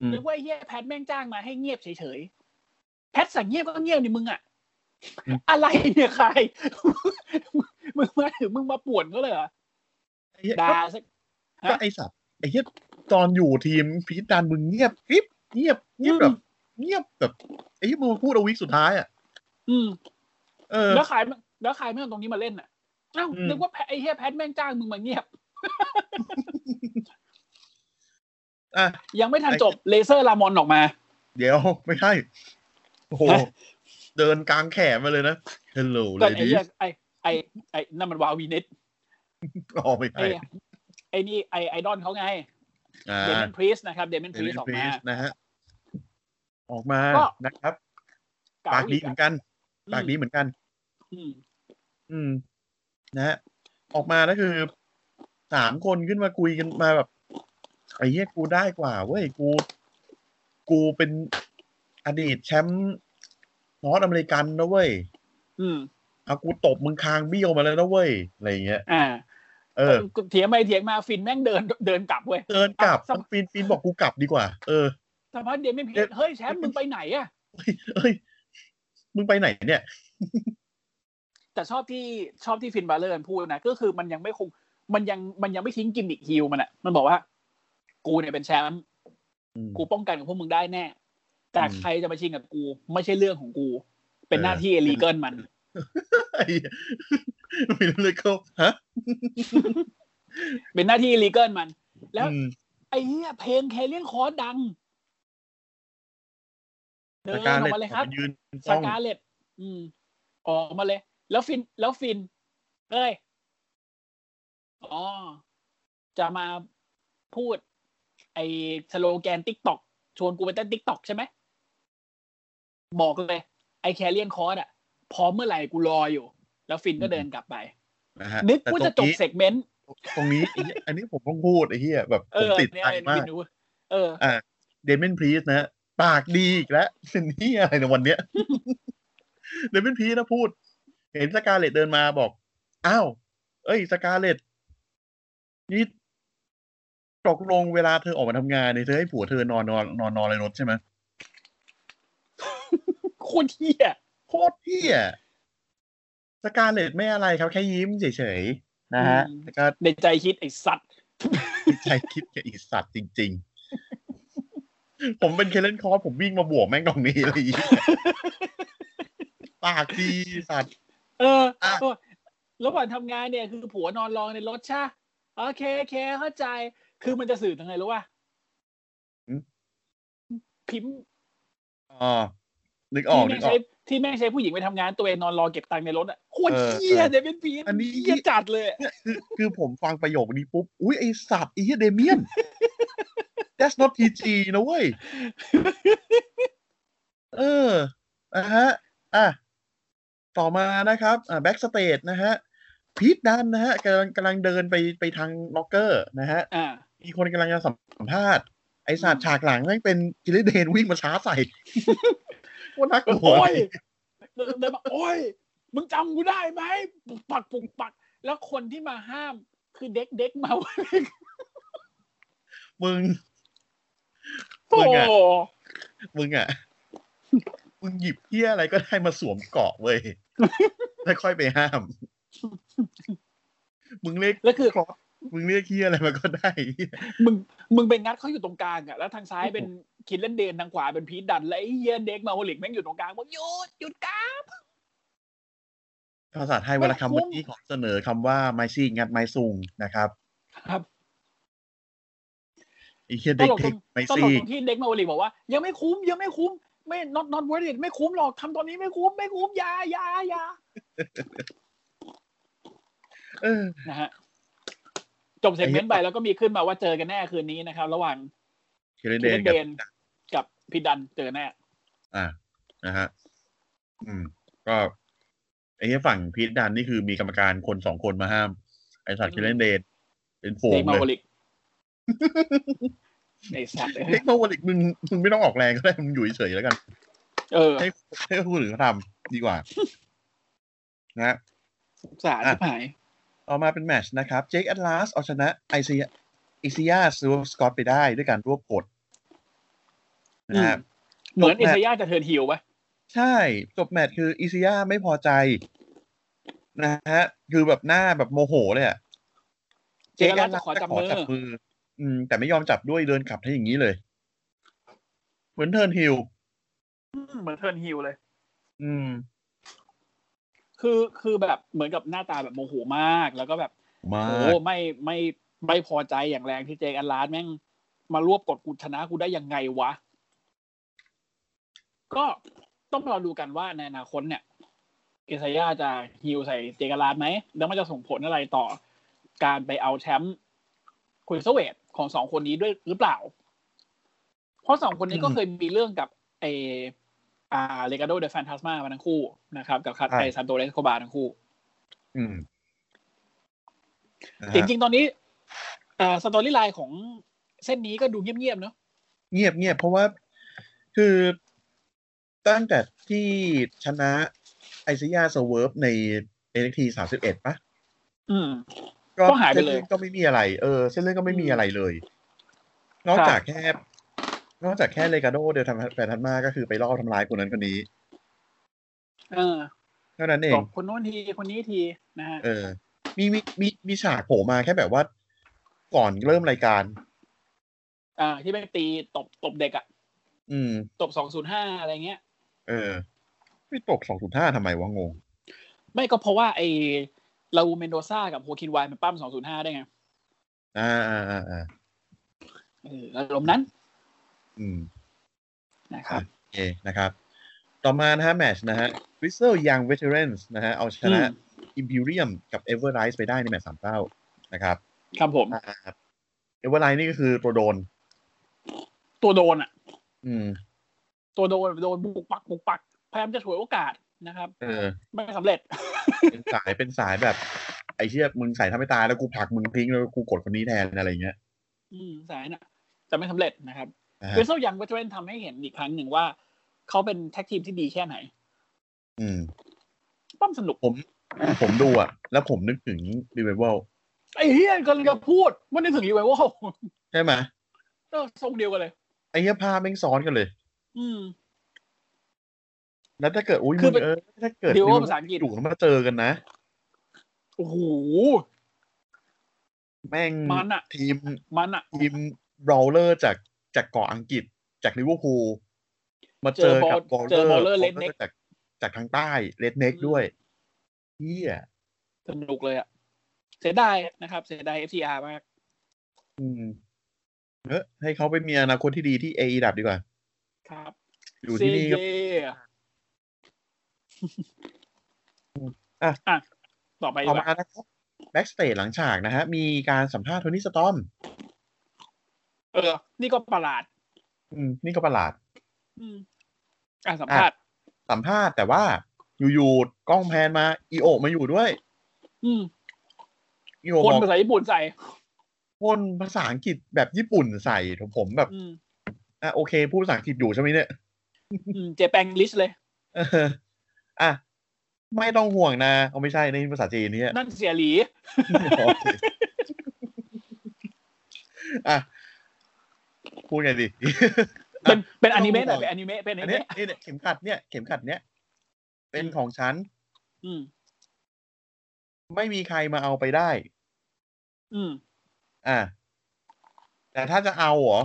[SPEAKER 2] อืม
[SPEAKER 3] นึกว่าไอ้เฮียแพทแม่งจ้างมาให้เงียบเฉยๆ แพทสั่งเงียบก็เงียบดิมึงอะอะไรเนี่ยใคร [laughs] มึงมาถึงมึงมาป่วนก็เลยเหรอ
[SPEAKER 2] ไอ้เหี้ย
[SPEAKER 3] ด่า
[SPEAKER 2] ก็
[SPEAKER 3] สัก
[SPEAKER 2] ก็ไอสัตว์ไอ้เหี้ยตอนอยู่ทีมพีดันมึงเงียบกริบเงียบเงียบแบบ เงียบแบบไอ้เหี้ยมึงมาพูดเอาวิกสุดท้ายอ่ะ
[SPEAKER 3] อืม
[SPEAKER 2] เออ
[SPEAKER 3] แล้วขายมันแล้วขายไม่เอาตรงนี้มาเล่นน่ะเอ้า
[SPEAKER 2] อืม
[SPEAKER 3] นึกว่าแพไอ้เฮียแพทแม่งจ้างมึงมาเงียบ
[SPEAKER 2] [laughs] อ่ะ
[SPEAKER 3] ยังไม่ทัน
[SPEAKER 2] ไอ้
[SPEAKER 3] จบเลเซอร์ลามอนออกมา
[SPEAKER 2] เดี๋ยวไม่ใช่โอ้โห
[SPEAKER 3] ฮะ
[SPEAKER 2] เดินกลางแขนมาเลยนะ Hello
[SPEAKER 3] ก็
[SPEAKER 2] ladies
[SPEAKER 3] ไอ้เฮียไอ้ไอ้ไอ้นั่นมันวาวีนิด
[SPEAKER 2] ออกไม่
[SPEAKER 3] ไอ้
[SPEAKER 2] ใช่
[SPEAKER 3] ไอ้นี่ไอ้ไอดอนเขาไง
[SPEAKER 2] อ่า
[SPEAKER 3] เดมอนพรีสนะครับเดมอนพ
[SPEAKER 2] เอ
[SPEAKER 3] รี
[SPEAKER 2] ลิ
[SPEAKER 3] ส
[SPEAKER 2] ส
[SPEAKER 3] ออก
[SPEAKER 2] พรี
[SPEAKER 3] มา
[SPEAKER 2] สนะฮะ ออกมา
[SPEAKER 3] ก็
[SPEAKER 2] นะครับ
[SPEAKER 3] เล่
[SPEAKER 2] ปากดีเหมือนกัน
[SPEAKER 3] อืม
[SPEAKER 2] ปากดีเหมือนกัน
[SPEAKER 3] อืม
[SPEAKER 2] อืม นะฮะ ออกมาแล้วคือสามคนขึ้นมาคุยกันมาแบบไอ้เหี้ยกูได้กว่าเว้ยกู กูเป็นอดีตแชมป์นอตอเมริกันนะเว้ย
[SPEAKER 3] อืม
[SPEAKER 2] เอากูตบมึงคางเบี้ยวมาแล้วนะเว้ยอะไรอย่างเงี้ย
[SPEAKER 3] อ่า
[SPEAKER 2] เออ
[SPEAKER 3] เถียงไปเถียงมาฟินแม่งเดินเดินกลับเว้ย
[SPEAKER 2] เดินกลับ
[SPEAKER 3] อ่ะสัม
[SPEAKER 2] ฟินฟินบอกกูกลับดีกว่า เออ
[SPEAKER 3] แต่พัดเดมอนพรี
[SPEAKER 2] เอ๊ะ
[SPEAKER 3] สเฮ้ยแชมป์มึงไปไหนอะ
[SPEAKER 2] เอ้ย มึงไปไหนเนี่ย [laughs]
[SPEAKER 3] แต่ชอบที่ชอบที่ฟินบาเลอร์พูดนะก็คือมันยังไม่คงมันยังมันยังไม่ทิ้งกิมมิคฮิลมันอะมันบอกว่า กูเนี่ยเป็นแชมป์
[SPEAKER 2] อืม
[SPEAKER 3] กูป้องกันกับพวกมึงได้แน่ แต่
[SPEAKER 2] อืม
[SPEAKER 3] ใครจะมาชิงกับกู ไม่ใช่เรื่องของกู เป็น
[SPEAKER 2] เออ
[SPEAKER 3] หน้าที่เอลีเกิลมัน
[SPEAKER 2] ไอ้เหี้ยไม่รู้เลยเขาฮะ
[SPEAKER 3] เป็นหน้าที่เอลีเกิลมัน แล้ว
[SPEAKER 2] อืม
[SPEAKER 3] ไอ้เหี้ยเพลงแคเลียนคอร์สดัง เดินออก
[SPEAKER 2] สาเลต
[SPEAKER 3] กมาเลยครับ
[SPEAKER 2] ยืน
[SPEAKER 3] ส
[SPEAKER 2] จ้อง
[SPEAKER 3] กาเลตอืม ออกมาเลย แล้วฟิน แล้วฟิน เอ้ย อ๋อ จะมาพูด ไอ้สโลแกนติ๊กต็อกชวนกูไปเต้นติ๊กต็อกใช่ไหม บอกเลย ไอ้แคเรียนคอร์สอะพร้อมเมื่อไหร่กูรออยู่ แล้วฟินก็เดินกลับไป
[SPEAKER 2] นะฮะ
[SPEAKER 3] นึก
[SPEAKER 2] แต่
[SPEAKER 3] ว่า
[SPEAKER 2] ตร
[SPEAKER 3] จะ
[SPEAKER 2] ง
[SPEAKER 3] จบ
[SPEAKER 2] นี้
[SPEAKER 3] เซกเมนต์
[SPEAKER 2] ตรงนี้ [laughs] ไอ้เหี้ยอันนี้ผมต้องพูดไอ้เหี้ยแบบ
[SPEAKER 3] เอ
[SPEAKER 2] ผม
[SPEAKER 3] อ
[SPEAKER 2] ติด
[SPEAKER 3] เนี่ย
[SPEAKER 2] ใจ
[SPEAKER 3] เนี่ย
[SPEAKER 2] มา
[SPEAKER 3] ฟิ
[SPEAKER 2] ก
[SPEAKER 3] นดูเออ
[SPEAKER 2] เดม n นพรีสนะฮะปากดีอีกแล้ว [laughs] เป็นนี่อะไรในวันเนี้ย [laughs] เดม n นพรีสนะพูด เห็นสกาเลตเดินมาบอก อ้าว เอ้ย สกาเลตนี่ตกลงเวลาเธอออกมาทำงานเนี่ยเธอให้ผัวเธอนอนนอนนอนนอนในรถใช่ไหม
[SPEAKER 3] โคตรเที่ย
[SPEAKER 2] โคตรเที่ยสกาเลตไม่อะไรครับแค่ยิ้มเฉยๆนะฮะแล้วก็
[SPEAKER 3] ในใจคิดไอ้สัตว์
[SPEAKER 2] ใช่คิดกับอีสัตว์จริง ๆ ผมเป็นเคเลนคอร์สผมวิ่งมาบวกแม่งตรงนี้เลยอีปากดีสัตว์
[SPEAKER 3] เออ
[SPEAKER 2] อ่ะ
[SPEAKER 3] เออระหว่างทำงานเนี่ยคือผัวนอนรองในรถใช่ปะโอเคโอเคเข้าใจ คือมันจะสื่อถึงไงรู้ป่ะพิมพ์
[SPEAKER 2] อ๋อ นึกออกนึ
[SPEAKER 3] ที่แม่ง
[SPEAKER 2] กออ
[SPEAKER 3] ใช้
[SPEAKER 2] ก
[SPEAKER 3] ที่แม่งใช้ผู้หญิงไปทำงานตัวเองนอนรอเก็บตังค์ในรถอ่ะโคตร
[SPEAKER 2] เออ
[SPEAKER 3] เหี้ย
[SPEAKER 2] เออ
[SPEAKER 3] เดวิดพี
[SPEAKER 2] อันนี้
[SPEAKER 3] เหี้ยจัดเลยอะ
[SPEAKER 2] คือคือผมฟังประโยคนี้ปุ๊บ อุ้ยไอสัตว์ไอเหี้ยเดเมียน that's not PG นะเว้ย เอออ่ะฮะ อ่ะ ต่อมานะครับ อ่ะแบ็กสเตจนะฮะ พีทดันนะฮะกำลังกำลังเดินไปไปทางล็อกเกอร์นะฮะ
[SPEAKER 3] อ่า
[SPEAKER 2] มีคนกำลังจะสัมภาษณ์ ไอสัตว์ฉากหลังนั่นเป็นกิลเลเดนวิ่งมาช้าใส่ [laughs] ว่านักลัว
[SPEAKER 3] โอ้ยเดินเดินมาโอ้ย มึงจำกูได้ไหมปุกปักปุกปัก แล้วคนที่มาห้ามคือเด็กเด็กๆมาเว้ย
[SPEAKER 2] มึง
[SPEAKER 3] โอ้
[SPEAKER 2] มึง
[SPEAKER 3] โห
[SPEAKER 2] อะ มึงอ่ะ มึงหยิบเที่ยอะไรก็ได้มาสวมเกาะเว้ย แล้วค่อยไปห้าม มึงเรียก
[SPEAKER 3] แล้วคือ
[SPEAKER 2] คลอสมึงเรียกเที่ยอะไรมาก็ได้เหี้ย
[SPEAKER 3] มึงมึงไปงัดเขาอยู่ตรงกลางอะแล้วทางซ้ายเป็นคิดเล่นเดนทางขวาเป็นพีทดัน และไอ้เหี้ยเด็กมาโฮลิกแม่งอยู่ตรงกลางบอกหยุดหยุดกลาง
[SPEAKER 2] ภาษาไทยวันละ
[SPEAKER 3] ไม่
[SPEAKER 2] คำ
[SPEAKER 3] คุ้ม
[SPEAKER 2] วันนี้ขอเสนอคำว่าไมซี่งัดไมซุงนะครับ
[SPEAKER 3] ครับ
[SPEAKER 2] ไอ้เที่ย
[SPEAKER 3] ต
[SPEAKER 2] เด็ก
[SPEAKER 3] ลกต
[SPEAKER 2] เด็
[SPEAKER 3] ร
[SPEAKER 2] ก
[SPEAKER 3] ง
[SPEAKER 2] ไม
[SPEAKER 3] ตลก
[SPEAKER 2] ซี่
[SPEAKER 3] ตรงที่เด็กมาโฮลิกบอกว่า ยังไม่คุ้มยังไม่คุ้มไม่ not not worth it ไม่คุ้มหรอกทำตอนนี้ไม่คุ้มไม่คุ้มอยาอยาอยา
[SPEAKER 2] เออ
[SPEAKER 3] นะฮะจบเซกเมนต์ไปแล้วก็มีขึ้นมาว่าเจอกันแน่คืนนี้นะครับ ระหว่าง
[SPEAKER 2] คิริ
[SPEAKER 3] คิ
[SPEAKER 2] เดนกับ
[SPEAKER 3] เดนเดนกับพี่ดันเจอแน่
[SPEAKER 2] อ่านะฮะ อืม ก็ไอ้เหี้ยฝั่งพีทดันนี่คือมีกรรมการคนสองคนมาห้าม ไอสัตว์คิริเดนเป็นโผง
[SPEAKER 3] เด็กมา
[SPEAKER 2] เล
[SPEAKER 3] โอย ลิกไอสัตว์
[SPEAKER 2] เด็กมาโอลิกมึงมึงไม่ต้องออกแรงก็ได้มึงอยู่เฉยๆแล้วกัน
[SPEAKER 3] เออ
[SPEAKER 2] ให้ให้ผู้อื่นเขาทำดีกว่า นะฮะ
[SPEAKER 3] สารชิบหาย
[SPEAKER 2] ต่อมาเป็นแมตชนะครับ เจคแอตลาสเอาชนะไอซีไอซียาซูสกอตไปได้ด้วยการรวบกดนะฮะ
[SPEAKER 3] อืม เหมือน
[SPEAKER 2] จบแมตช์
[SPEAKER 3] อิสยาจะเทิร์นฮิลปะ
[SPEAKER 2] ใช่ จบแมตช์คืออีซิยาไม่พอใจ นะฮะ คือแบบหน้าแบบโมโหเลยอะ
[SPEAKER 3] เจอแล้วจะขอจับมือ
[SPEAKER 2] ขมือ อืม แต่ไม่ยอมจับด้วยเดินขับให้อย่างนี้เลย เหมือนเทิร์นฮิล
[SPEAKER 3] เหมือนเทิร์นฮิลเลย
[SPEAKER 2] อืม
[SPEAKER 3] คือคือแบบเหมือนกับหน้าตาแบบโมโหมาก แล้วก็แบบ
[SPEAKER 2] มา
[SPEAKER 3] โอ้
[SPEAKER 2] ก
[SPEAKER 3] ไม่ไม่ไม่พอใจอย่างแรงที่เจคอันลาสแม่งมารวบกดกูชนะกูได้ยังไงวะ ก็ต้องรอดูกันว่าในอนาคตเนี่ยอิสยาจะฮิลใส่เจคอันลาสไหมแล้วมันจะส่งผลอะไรต่อการไปเอาแชมป์คุยเซเวตของสองคนนี้ด้วยหรือเปล่า เพราะสองคนนี้ก็เคยมีเรื่องกับไออาเลกาโดเดอะแฟนตาสมามาทั้งคู่นะครับ กับคาไอซานโตเรสโคบาทั้งคู่
[SPEAKER 2] อืมนะ
[SPEAKER 3] จ
[SPEAKER 2] ฮะ
[SPEAKER 3] ริงๆ ตอนนี้อ่าสตอรี่ไลน์ของเส้นนี้ก็ดูเงียบๆ เนอะ
[SPEAKER 2] เงียบเงียบเพราะว่า คือตั้งแต่ที่ชนะไอซิยาเซเวิร์ฟใน NXT สามสิบเอ็ดปะ
[SPEAKER 3] อืม ก็หายไปเลย
[SPEAKER 2] ส้นองก็ไม่มีอะไร เออ เส้นเรื่องก็ไม่มีอะไรเลย นอกจากแค่ นอกจากแค่เลกาโดเดียวทำแฟนทันมาก็คือไปล่อทำร้ายคนนั้นคนนี้
[SPEAKER 3] เออ
[SPEAKER 2] เท่านั้นเอง
[SPEAKER 3] บอกคนโน้นที คนนี้ทีนะฮะ
[SPEAKER 2] เออ มีมีมีมีฉากโผล่มาแค่แบบว่า ก่อนเริ่มรายการ
[SPEAKER 3] อ่า ที่เป็นตีตบตบเด็กอะ
[SPEAKER 2] อืม
[SPEAKER 3] ตบสองศูนย์ห้าอะไรเงี้ย
[SPEAKER 2] เออไม่ตกสองศูนย์ห้าทำไมวะงง
[SPEAKER 3] ไม่ก็เพราะว่าไอ้ลาอูเมนโดซ่ากับโฮคินไวน์มันปั้มสองศูนย์ห้าได้ไง
[SPEAKER 2] อ่าอ่าอ่าอ่า
[SPEAKER 3] เอออารมณ์นั้น
[SPEAKER 2] อืม
[SPEAKER 3] นะครับ
[SPEAKER 2] โอเคนะครับ ต่อมานะฮะแมตชนะฮะวิสเซอร์ยังเวเทเรนส์นะฮะ เอาชนะ
[SPEAKER 3] อืม
[SPEAKER 2] อิมพ r เรียมกับเอเวอร์ไรส์ไปได้ในแมตช์สามเก้านะครับ
[SPEAKER 3] ครับผม
[SPEAKER 2] ครับเอเวอร์ไลน์นี่ก็คือตัวโดน
[SPEAKER 3] ตัวโดนอะ
[SPEAKER 2] อืม
[SPEAKER 3] ตัวโดนโดนบุกปักบุกปักพยายามจะฉวยโอกาสนะครับ
[SPEAKER 2] เออ
[SPEAKER 3] ไม่สำเร็จ
[SPEAKER 2] เป็นสายเป็นสายแบบ ไอ้เชี่ยมึงใส่ทำไม่ตายแล้วกูผลักมึงทิ้งแล้วกูกดคนนี้แทนอะไรอย่างเงี้ย
[SPEAKER 3] อืมสายน่ะจะไม่สำเร็จนะครับ
[SPEAKER 2] นะ
[SPEAKER 3] เว
[SPEAKER 2] ฮะ
[SPEAKER 3] สเซลยังเวทเรนทำให้เห็นอีกครั้งหนึ่งว่า เขาเป็นแท็กทีมที่ดีแค่ไหน
[SPEAKER 2] อืม
[SPEAKER 3] ปั้มสนุก
[SPEAKER 2] ผมดูอ่ะ แล้วผมนึกถึงรีเวเบิล
[SPEAKER 3] ไอ้เฮียกำลันจะพูดว่านึกถึงรีไวโวล
[SPEAKER 2] ใช่ไหม
[SPEAKER 3] เออทรงเดียวกันเลย
[SPEAKER 2] ไอ้เหี้ยภาพแม่งซ้อนกันเลย
[SPEAKER 3] อืม
[SPEAKER 2] แล้วถ้าเกิด อุ้ย
[SPEAKER 3] คื
[SPEAKER 2] มึ
[SPEAKER 3] อง เป็น
[SPEAKER 2] เออถ้าเกิด
[SPEAKER 3] Revival
[SPEAKER 2] Revival
[SPEAKER 3] ภาษาอังกฤษ
[SPEAKER 2] ถูกมาเจอกันนะ
[SPEAKER 3] โอ้โห
[SPEAKER 2] แม่ง
[SPEAKER 3] มันอะ
[SPEAKER 2] ทีม
[SPEAKER 3] มันอะ
[SPEAKER 2] ทีมบราเลอร์จากจากเกาะอังกฤษจากลิเวอร์พูลมาเจอกับบ
[SPEAKER 3] เจอบอลเลอร์เลนเน็ก
[SPEAKER 2] จากจากทางใต้เลดเน็กด้วยเฮีย
[SPEAKER 3] สนุกเลยอะเสียดายนะครับ เสียดาย FTR มาก
[SPEAKER 2] อืมเออให้เขาไปมีอนาคตที่ดีที่เอดับดีกว่า
[SPEAKER 3] ครับ
[SPEAKER 2] อยู่ที่นี่
[SPEAKER 3] เซ
[SPEAKER 2] ก็
[SPEAKER 3] เย่
[SPEAKER 2] อ่ะ
[SPEAKER 3] อ่ะต่อไปดี
[SPEAKER 2] ต่อก
[SPEAKER 3] ว่า
[SPEAKER 2] มานะครับแบ็กสเตจหลังฉากนะฮะ มีการสัมภาษณ์โทนี่สตอม
[SPEAKER 3] เออ นี่ก็ประหลาด
[SPEAKER 2] อืมนี่ก็ประหลาด
[SPEAKER 3] อืมอ่ะสัมภาษณ์
[SPEAKER 2] สัมภาษณ์แต่ว่าอยู่ๆกล้องแพนมาอีโอะมาอยู่ด้วย
[SPEAKER 3] อืม
[SPEAKER 2] อีโอะ
[SPEAKER 3] คน
[SPEAKER 2] บอก
[SPEAKER 3] ภาษาญี่ปุ่นใส่
[SPEAKER 2] พ่นภาษาอังกฤษแบบญี่ปุ่นใส่ผมแบบ
[SPEAKER 3] อืม
[SPEAKER 2] อ่ะโอเคพูดภาษาอังกฤษอยู่ใช่ไหมเนี่ย
[SPEAKER 3] อืมเจแปงลิชเลย
[SPEAKER 2] เอออ่ะ ไม่ต้องห่วงนะเอาไม่ใช่ในภาษาจีนเนี่ย [laughs]
[SPEAKER 3] นั่นเสียหลี
[SPEAKER 2] โอเคอ่ะ พูดไงดี
[SPEAKER 3] เป็นเป็นอนิเมะ
[SPEAKER 2] ลองดู
[SPEAKER 3] หน่อย
[SPEAKER 2] ก่อน
[SPEAKER 3] เป็นอนิเมะเป็นอ
[SPEAKER 2] อัน
[SPEAKER 3] นิ
[SPEAKER 2] เนี้ย
[SPEAKER 3] เมะ
[SPEAKER 2] นี่เนี่ยเข็มขัดเนี่ยเข็มขัดเนี่ย เป็นของฉัน
[SPEAKER 3] อืม
[SPEAKER 2] ไม่มีใครมาเอาไปได้
[SPEAKER 3] อืม
[SPEAKER 2] อ่ะแต่ถ้าจะเอาเหรอ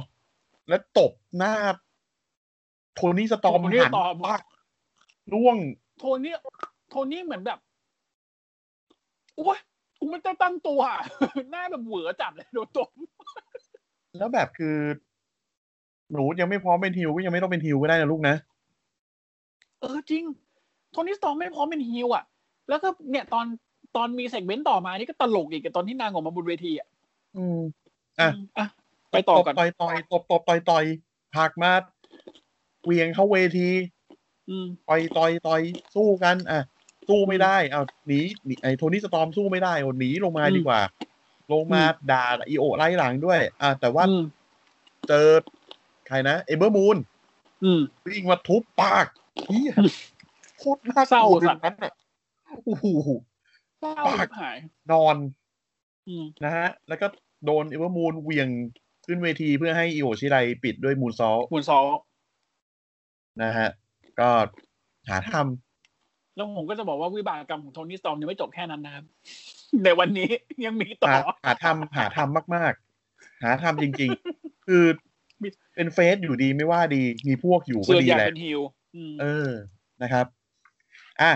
[SPEAKER 2] แล้วตบหน้าโทนี่สตอม
[SPEAKER 3] โทนี่
[SPEAKER 2] หัน
[SPEAKER 3] สตอม
[SPEAKER 2] ปักร่วง
[SPEAKER 3] โทนี่โทนี่เหมือนแบบโอ้ยกูไม่ได้ตั้งตัวอะ [laughs] หน้าแบบเหวอจัดเลยโดนตบ
[SPEAKER 2] แล้วแบบคือ หนูยังไม่พร้อมเป็นฮิวก็ยังไม่ต้องเป็นฮิวก็ได้นะลูกนะ
[SPEAKER 3] เออจริง โทนี่สตอมไม่พร้อมเป็นฮิวอ่ะ แล้วก็เนี่ยตอนตอนมีเซกเมนต์ต่อมานี่ก็ตลกอีกกับตอนที่นางออกมาบนเวทีอ่ะ
[SPEAKER 2] อืม อ่ะ
[SPEAKER 3] มอ่ะไปต่อ
[SPEAKER 2] ตบ
[SPEAKER 3] ก่อน
[SPEAKER 2] ต่อยต่อยตบตบต่อยต่อยผลักมาเหวียงเข้าเวที
[SPEAKER 3] อืม
[SPEAKER 2] ต่อยต่อยต่อยสู้กัน อ่ะ สู้ไม่ได้เอาหนีหนีไอ้โทนี่สตอมสู้ไม่ได้เอาหนีลงมา
[SPEAKER 3] อืม
[SPEAKER 2] ดีกว่า ลงมาด่าอีโอไล่หลังด้วย อ่ะแต่ว่า
[SPEAKER 3] อืม
[SPEAKER 2] เจอใครนะเอเบอร์มูน
[SPEAKER 3] อืม
[SPEAKER 2] วิ่งมาทุบปากเหี้ยโคตรน่า
[SPEAKER 3] เศร้า
[SPEAKER 2] ดู
[SPEAKER 3] สัตว์
[SPEAKER 2] นั้นอ่ะโอ้โห
[SPEAKER 3] เศร้า
[SPEAKER 2] ปาก
[SPEAKER 3] ชิบหาย
[SPEAKER 2] นอน
[SPEAKER 3] อืม
[SPEAKER 2] นะฮะ แล้วก็โดนเอเบอร์มูนเหวียงขึ้นเวทีเพื่อให้อีโอชิไรปิดด้วยมูนซอลต์
[SPEAKER 3] หมุนซอล
[SPEAKER 2] นะฮะ ก็หาทำ
[SPEAKER 3] แล้วผมก็จะบอกว่าวิบากกรรมของโทนี่สตอมยังไม่จบแค่นั้นนะครับ [laughs] ในวันนี้ยังมีต่อ
[SPEAKER 2] หาหาทำหาทำมาก ๆ หาทำจริง ๆ คือเป็นเฟสอยู่ดีไม่ว่าดี มีพวกอยู่ก็
[SPEAKER 3] ส่วน
[SPEAKER 2] ดี
[SPEAKER 3] ใหญ่
[SPEAKER 2] แหละ
[SPEAKER 3] เป็นฮิลอืม
[SPEAKER 2] เออนะครับ อ่ะ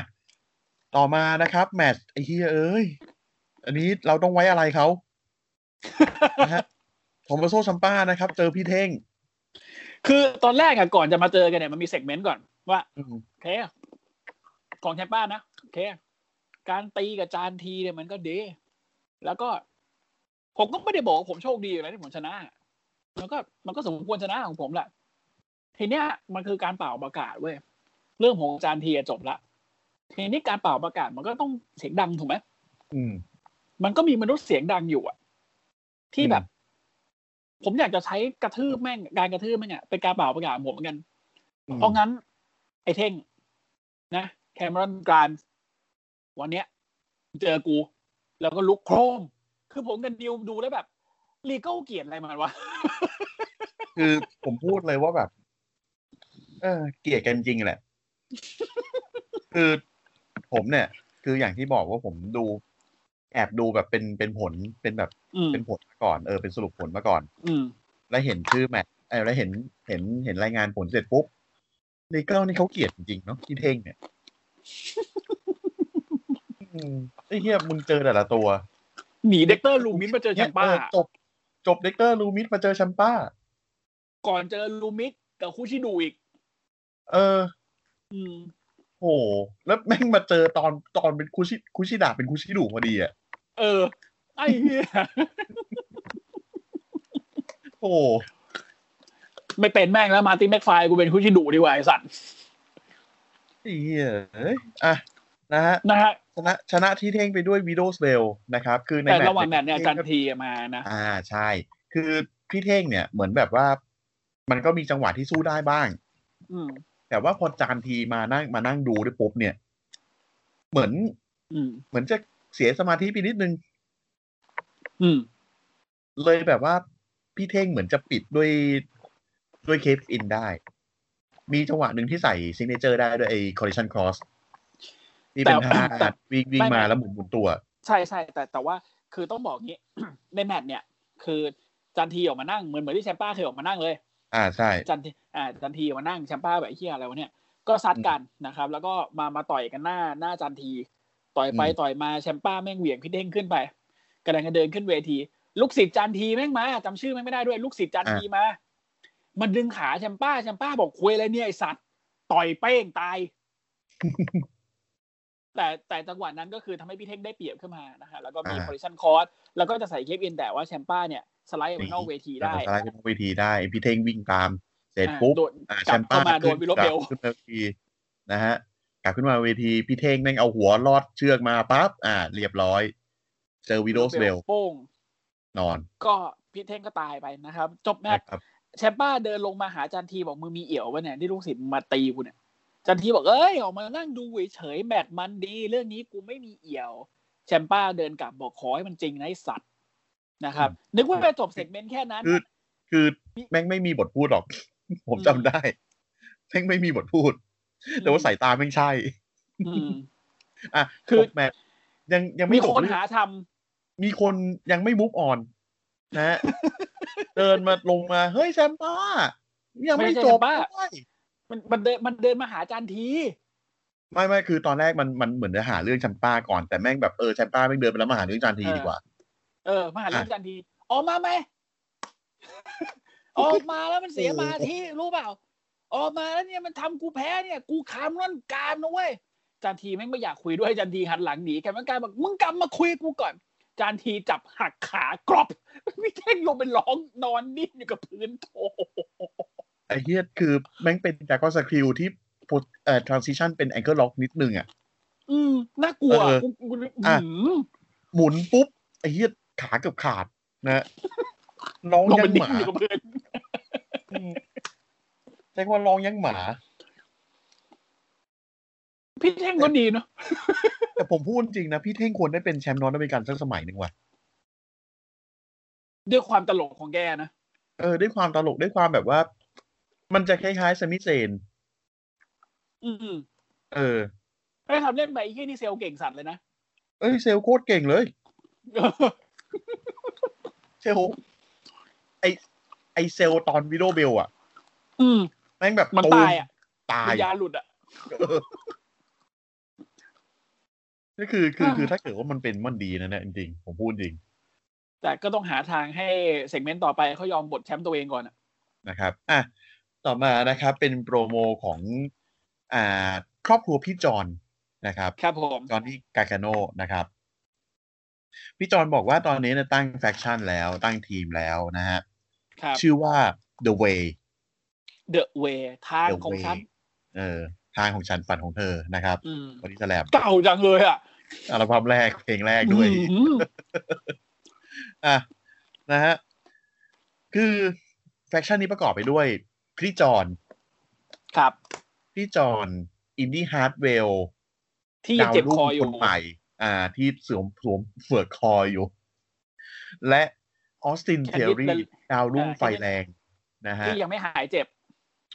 [SPEAKER 2] ต่อมานะครับ แมตช์ไอ้เฮียเอ้ย อันนี้เราต้องไว้อะไรเขา [laughs] นะฮะผมมาโซ่ชัมป้านะครับ เจอพี่เท่ง
[SPEAKER 3] คือตอนแรกอะก่อนจะมาเจอกันเนี่ยมันมีเซกเมนต์ก่อนว่า
[SPEAKER 2] อืม
[SPEAKER 3] โอเคของแชมป้านะโอเค การตีกับจานทีเนี่ยมันก็เดแล้วก็ ผมก็ไม่ได้บอกว่าผมโชคดีอะไรที่ผมชนะ มันก็มันก็สมควรชนะของผมแหละทีเนี้ย มันคือการเป่าประกาศเว้ยเรื่องของจานทีอะจบละทีนี้การเป่าประกาศมันก็ต้องเสียงดังถูกไหม
[SPEAKER 2] อืม
[SPEAKER 3] มันก็มีมนุษย์เสียงดังอยู่อะที่
[SPEAKER 2] อืม
[SPEAKER 3] แบบ ผมอยากจะใช้กระทืบแม่งการกระทืบแม่งอะเป็นการเปล่าประกาศของผมเหมือนกัน
[SPEAKER 2] อืม
[SPEAKER 3] เพราะงั้น ไอ้เท่ง นะแคมรอนกรานวันเนี้ย เจอกู แล้วก็ลุกโครม คือผมกันดิวดูแล้วแบบลีเก้าเกลียดอะไรมันวะ
[SPEAKER 2] คือผมพูดเลยว่าแบบ เออ เกลียดกันจริงแหละ [laughs] คือผมเนี่ย คืออย่างที่บอกว่าผมดู แอบดูแบบเป็นเป็นผลเป็นแบบ
[SPEAKER 3] อืม
[SPEAKER 2] เป็นผลมาก่อนเออเป็นสรุปผลมาก่อน
[SPEAKER 3] อืม
[SPEAKER 2] แล้วเห็นชื่อแมทเออแล้วเห็นเห็นเห็นรายงานผลเสร็จปุ๊บลีเกิลนี่เขาเกลียดจริงๆเนาะที่เท่งเนี่ยอืมไอ้เหี้ยมึงเจอแต่ละตัว
[SPEAKER 3] หนีเด็กเตอร์ลูมิสมาเจอแชมป้า
[SPEAKER 2] เนี่ยเออจบ จบเด็กเตอร์ลูมิสมาเจอแชมป้า
[SPEAKER 3] ก่อนเจอลูมิสกับคูชิดูอีก
[SPEAKER 2] เออ
[SPEAKER 3] อืม
[SPEAKER 2] โอ้โหแล้วแม่งมาเจอตอนตอนเป็นคุชิคุชิดาเป็นคุชิดุพอดีอ่ะ
[SPEAKER 3] เออ ไอ้เหี้ย [laughs]
[SPEAKER 2] โอ้โห
[SPEAKER 3] ไม่เป็นแม่งแล้วมาร์ตินแม็กไฟร์กูเป็นคูชิดูดีกว่าไอ้สัตว์
[SPEAKER 2] ไอ้เหี้ยเอ้ยอ่ะนะฮะ
[SPEAKER 3] นะฮะ
[SPEAKER 2] ชนะชนะที่เท่งไปด้วยวีด s สเ l ลนะครับ คือใน
[SPEAKER 3] แต่
[SPEAKER 2] แมตช์
[SPEAKER 3] ระหว่างแมตช์เนี่ยอาจันทีมานะ
[SPEAKER 2] อ่าใช่ คือพี่เท่งเนี่ยเหมือนแบบว่า มันก็มีจังหวะที่สู้ได้บ้าง
[SPEAKER 3] อืม
[SPEAKER 2] แต่ว่าพอจานทีมานั่งมานั่งดูด้วยปุ๊บเนี่ย เหมือน
[SPEAKER 3] อืม
[SPEAKER 2] เหมือนจะเสียสมาธิไปนิดนึง
[SPEAKER 3] อืม
[SPEAKER 2] เลยแบบว่าพี่เท่งเหมือนจะปิดด้วยด้วยเคฟอินได้ มีจังหวะหนึ่งที่ใส่ซิงเนเจอร์ได้ด้วยไอ้คอ l ิชันครอสนี่เป็น
[SPEAKER 3] แต่
[SPEAKER 2] ท่า
[SPEAKER 3] แต่
[SPEAKER 2] วิ่งวิ่ง
[SPEAKER 3] ไม่
[SPEAKER 2] มา
[SPEAKER 3] ไม่
[SPEAKER 2] แล้วหมุนหมุนตัว
[SPEAKER 3] ใช่ใช่แต่แต่ว่าคือต้องบอกงี้ [coughs] ในแมตช์เนี่ย คือจันทีออกมานั่งเหมือนเหมือนที่แชมป้าเคยออกมานั่งเลย
[SPEAKER 2] อ่าใช่
[SPEAKER 3] จันทีอ่าจันทีออกมานั่งแชมป้าแบบไอ้เฮียอะไรวะเนี่ยก็ซัดกันนะครับ แล้วก็มามาต่อยกันหน้าหน้าจันที ต่อยไป
[SPEAKER 2] อืม
[SPEAKER 3] ต่อยมาแชมป้าแม่งเหวี่ยงพี่เด้งขึ้นไปกำลังจะเดินขึ้นเวที ลูกศิษย์จันทีแม่งมาจำชื่อแม่งไม่ได้ด้วย ลูกศิษย์จันทีมามันดึงขาแชมป้าแชมป้าบอกคุยอะไรเนี่ยไอสัตว์ต่อยเป้งตาย [laughs] แต่แต่จังหวะนั้นก็คือทำให้พี่เท่งได้เปรียบขึ้นมานะฮะแล้วก็มี
[SPEAKER 2] อ่า
[SPEAKER 3] พอลิชันคอร์สแล้วก็จะใส่เคปอินแต่ว่าแชมป้าเนี่ยสไลด์ออกไปนอกเวทีได้
[SPEAKER 2] สไลด์ขึ้นเวทีได้พี่เท่งวิ่งตาม เสร็จปุ๊บ
[SPEAKER 3] อ่าโดน
[SPEAKER 2] อ่ากแช
[SPEAKER 3] ลับ
[SPEAKER 2] มป้า
[SPEAKER 3] เข้ามาโดนวิลโลเบล
[SPEAKER 2] ขึ้นมาเวทีนะฮะกลับขึ้นมาเวทีพี่เท่งแม่งเอาหัวลอดเชือกมาปั๊บอ่า เรียบร้อย เจอวิโรสเบล
[SPEAKER 3] โป้ง
[SPEAKER 2] นอน
[SPEAKER 3] ก็พี่เท่งก็ตายไปนะครับ จบแมตช์
[SPEAKER 2] นะครับ
[SPEAKER 3] แชมป้าเดินลงมาหาจันทีบอกมือมีเอี่ยววะเนี่ยที่ลูกศิษย์มึงมาตีกูเนี่ยจันทีบอกเอ้ยออกมานั่งดูเฉยๆแมตช์มันดี เรื่องนี้กูไม่มีเอี่ยว แชมป้าเดินกลับบอกขอให้มันจริงนะไอ้สัตว์นะครับ นึกว่าจะจบเซกเมนต์แค่นั้น
[SPEAKER 2] คือ คือแม่งไม่มีบทพูดหรอก [laughs] ผมจำได้แม่งไม่มีบทพูด แต่ว่าสายตาแม่งใช่
[SPEAKER 3] อืม
[SPEAKER 2] อ่ะ
[SPEAKER 3] คือ
[SPEAKER 2] จบแมตช์ยังยัง
[SPEAKER 3] มี
[SPEAKER 2] ไม่จ
[SPEAKER 3] ค
[SPEAKER 2] บ
[SPEAKER 3] น
[SPEAKER 2] เรื่อง
[SPEAKER 3] หาทำ
[SPEAKER 2] มีคนยังไม่มุฟออนนะ
[SPEAKER 3] [laughs]
[SPEAKER 2] ฮะ เดินมาลงมา เฮ้ยแชมป้า ยังไม่
[SPEAKER 3] ไม่ใช่
[SPEAKER 2] จบ
[SPEAKER 3] แชมป้า
[SPEAKER 2] ด้วย
[SPEAKER 3] มันมันเดินมันเดินมาหาจันที
[SPEAKER 2] ไม่ไม่คือตอนแรกมันมันเหมือนจะหาเรื่องแชมป้าก่อนแต่แม่งแบบเออแชมป้าแม่งเดินไปแล้วมาหาเรื่องจานทีดีกว่า
[SPEAKER 3] เออมาหาเรื่องจันทีออกมาไหม ออกมาแล้วมันเสียมาที่รู้เปล่า ออกมาแล้วเนี่ยมันทำกูแพ้เนี่ย กูคามร่อนกามนะเว้ยจันทีแม่งไม่อยากคุยด้วยจันทีหันหลังหนีแกมันกลายบอกมึงกลับมาคุยกูก่อนจันทีจับหักขากรอบพี่เท่งลงไปร้องนอนดิ้นอยู่กับพื้นโถ
[SPEAKER 2] ไอ้เฮียคือแม่งเป็นจากก็สกิลที่โพสเอ่อทรานซิชันเป็นแองเกิลล็อกนิดนึงอ่ะ
[SPEAKER 3] อืมน่ากลัว
[SPEAKER 2] เออ
[SPEAKER 3] กูกู
[SPEAKER 2] อ่ะ
[SPEAKER 3] หืม
[SPEAKER 2] หมุนปุ๊บ ไอ้เฮียขาเกือบขาดนะฮะ ร้อง
[SPEAKER 3] ลง
[SPEAKER 2] ยั
[SPEAKER 3] ไป
[SPEAKER 2] ง
[SPEAKER 3] ดิ้
[SPEAKER 2] ห
[SPEAKER 3] น
[SPEAKER 2] มา
[SPEAKER 3] อยู่กับพื้น
[SPEAKER 2] อืมใช้คำว่าร้องยังหมา
[SPEAKER 3] พี่เท่งก็ดีเนาะ
[SPEAKER 2] แต่ผมพูดจริงนะ พี่เท่งควรได้เป็นแชมป์นอตอเมริกันสักสมัยหนึ่งว่ะ
[SPEAKER 3] ด้วยความตลกของแกนะ
[SPEAKER 2] เออด้วยความตลกด้วยความแบบว่า มันจะคล้ายๆ สมิธเซน
[SPEAKER 3] อืม
[SPEAKER 2] เออ
[SPEAKER 3] ไอ้ทำเล่นไปไอ้เหี้ยนี่เซลลเก่งสัตว์เลยนะ [laughs]
[SPEAKER 2] เอ้ยเซลลโคตรเก่งเลย เซลลไอไอเซลลตอนวิโดเบลอะ
[SPEAKER 3] อืม
[SPEAKER 2] แม่งแบบ
[SPEAKER 3] มัน
[SPEAKER 2] ตู
[SPEAKER 3] ตายอ่ะ
[SPEAKER 2] ตาย
[SPEAKER 3] วิญญาณหลุดอ่ะ
[SPEAKER 2] เออนี่คือคือคือ
[SPEAKER 3] อ่า
[SPEAKER 2] ถ้าเกิดว่ามันเป็นมันดีนะเนี่ยจริงๆผมพูดจริง
[SPEAKER 3] แต่ก็ต้องหาทางให้เซกเมนต์ต่อไปเขายอมบทแชมป์ตัวเองก่อนอะ
[SPEAKER 2] นะครับอ่ะต่อมานะครับ เป็นโปรโมของอ่าครอบครัวพี่จอนนะครับ
[SPEAKER 3] ครับผม
[SPEAKER 2] จอห์นนี่กา a าโนนะครับ พี่จอห์นบอกว่าตอนนี้เนี่ยตั้งแฟคชั่นแล้วตั้งทีมแล้วนะฮะ
[SPEAKER 3] ครับ
[SPEAKER 2] ชื่อว่า The Way
[SPEAKER 3] The Way ทาง
[SPEAKER 2] The
[SPEAKER 3] ของฉัน
[SPEAKER 2] Way เออ ทางของฉันฝันของเธอนะครับ
[SPEAKER 3] อืม
[SPEAKER 2] วันนี้แลบ
[SPEAKER 3] เก่าจังเลยอ่ะ
[SPEAKER 2] อัลบั้มแรกเพลงแรกด้วย
[SPEAKER 3] อืม
[SPEAKER 2] อ่ะนะฮะ คือแฟคชั่นนี้ประกอบไปด้วย พี่จอห์น
[SPEAKER 3] ครับ
[SPEAKER 2] พี่จอห์นอินดี้ฮาร์ดเวล
[SPEAKER 3] ที่ยังเจ็บคออ
[SPEAKER 2] ค
[SPEAKER 3] ยู่
[SPEAKER 2] นใหม่ อ่า ที่สวมสวมเฝือกคออยู่ และออสตินเทอรี่ดาวรุ่งไฟแรงนะฮะ
[SPEAKER 3] ที่ยังไม่หายเจ็บ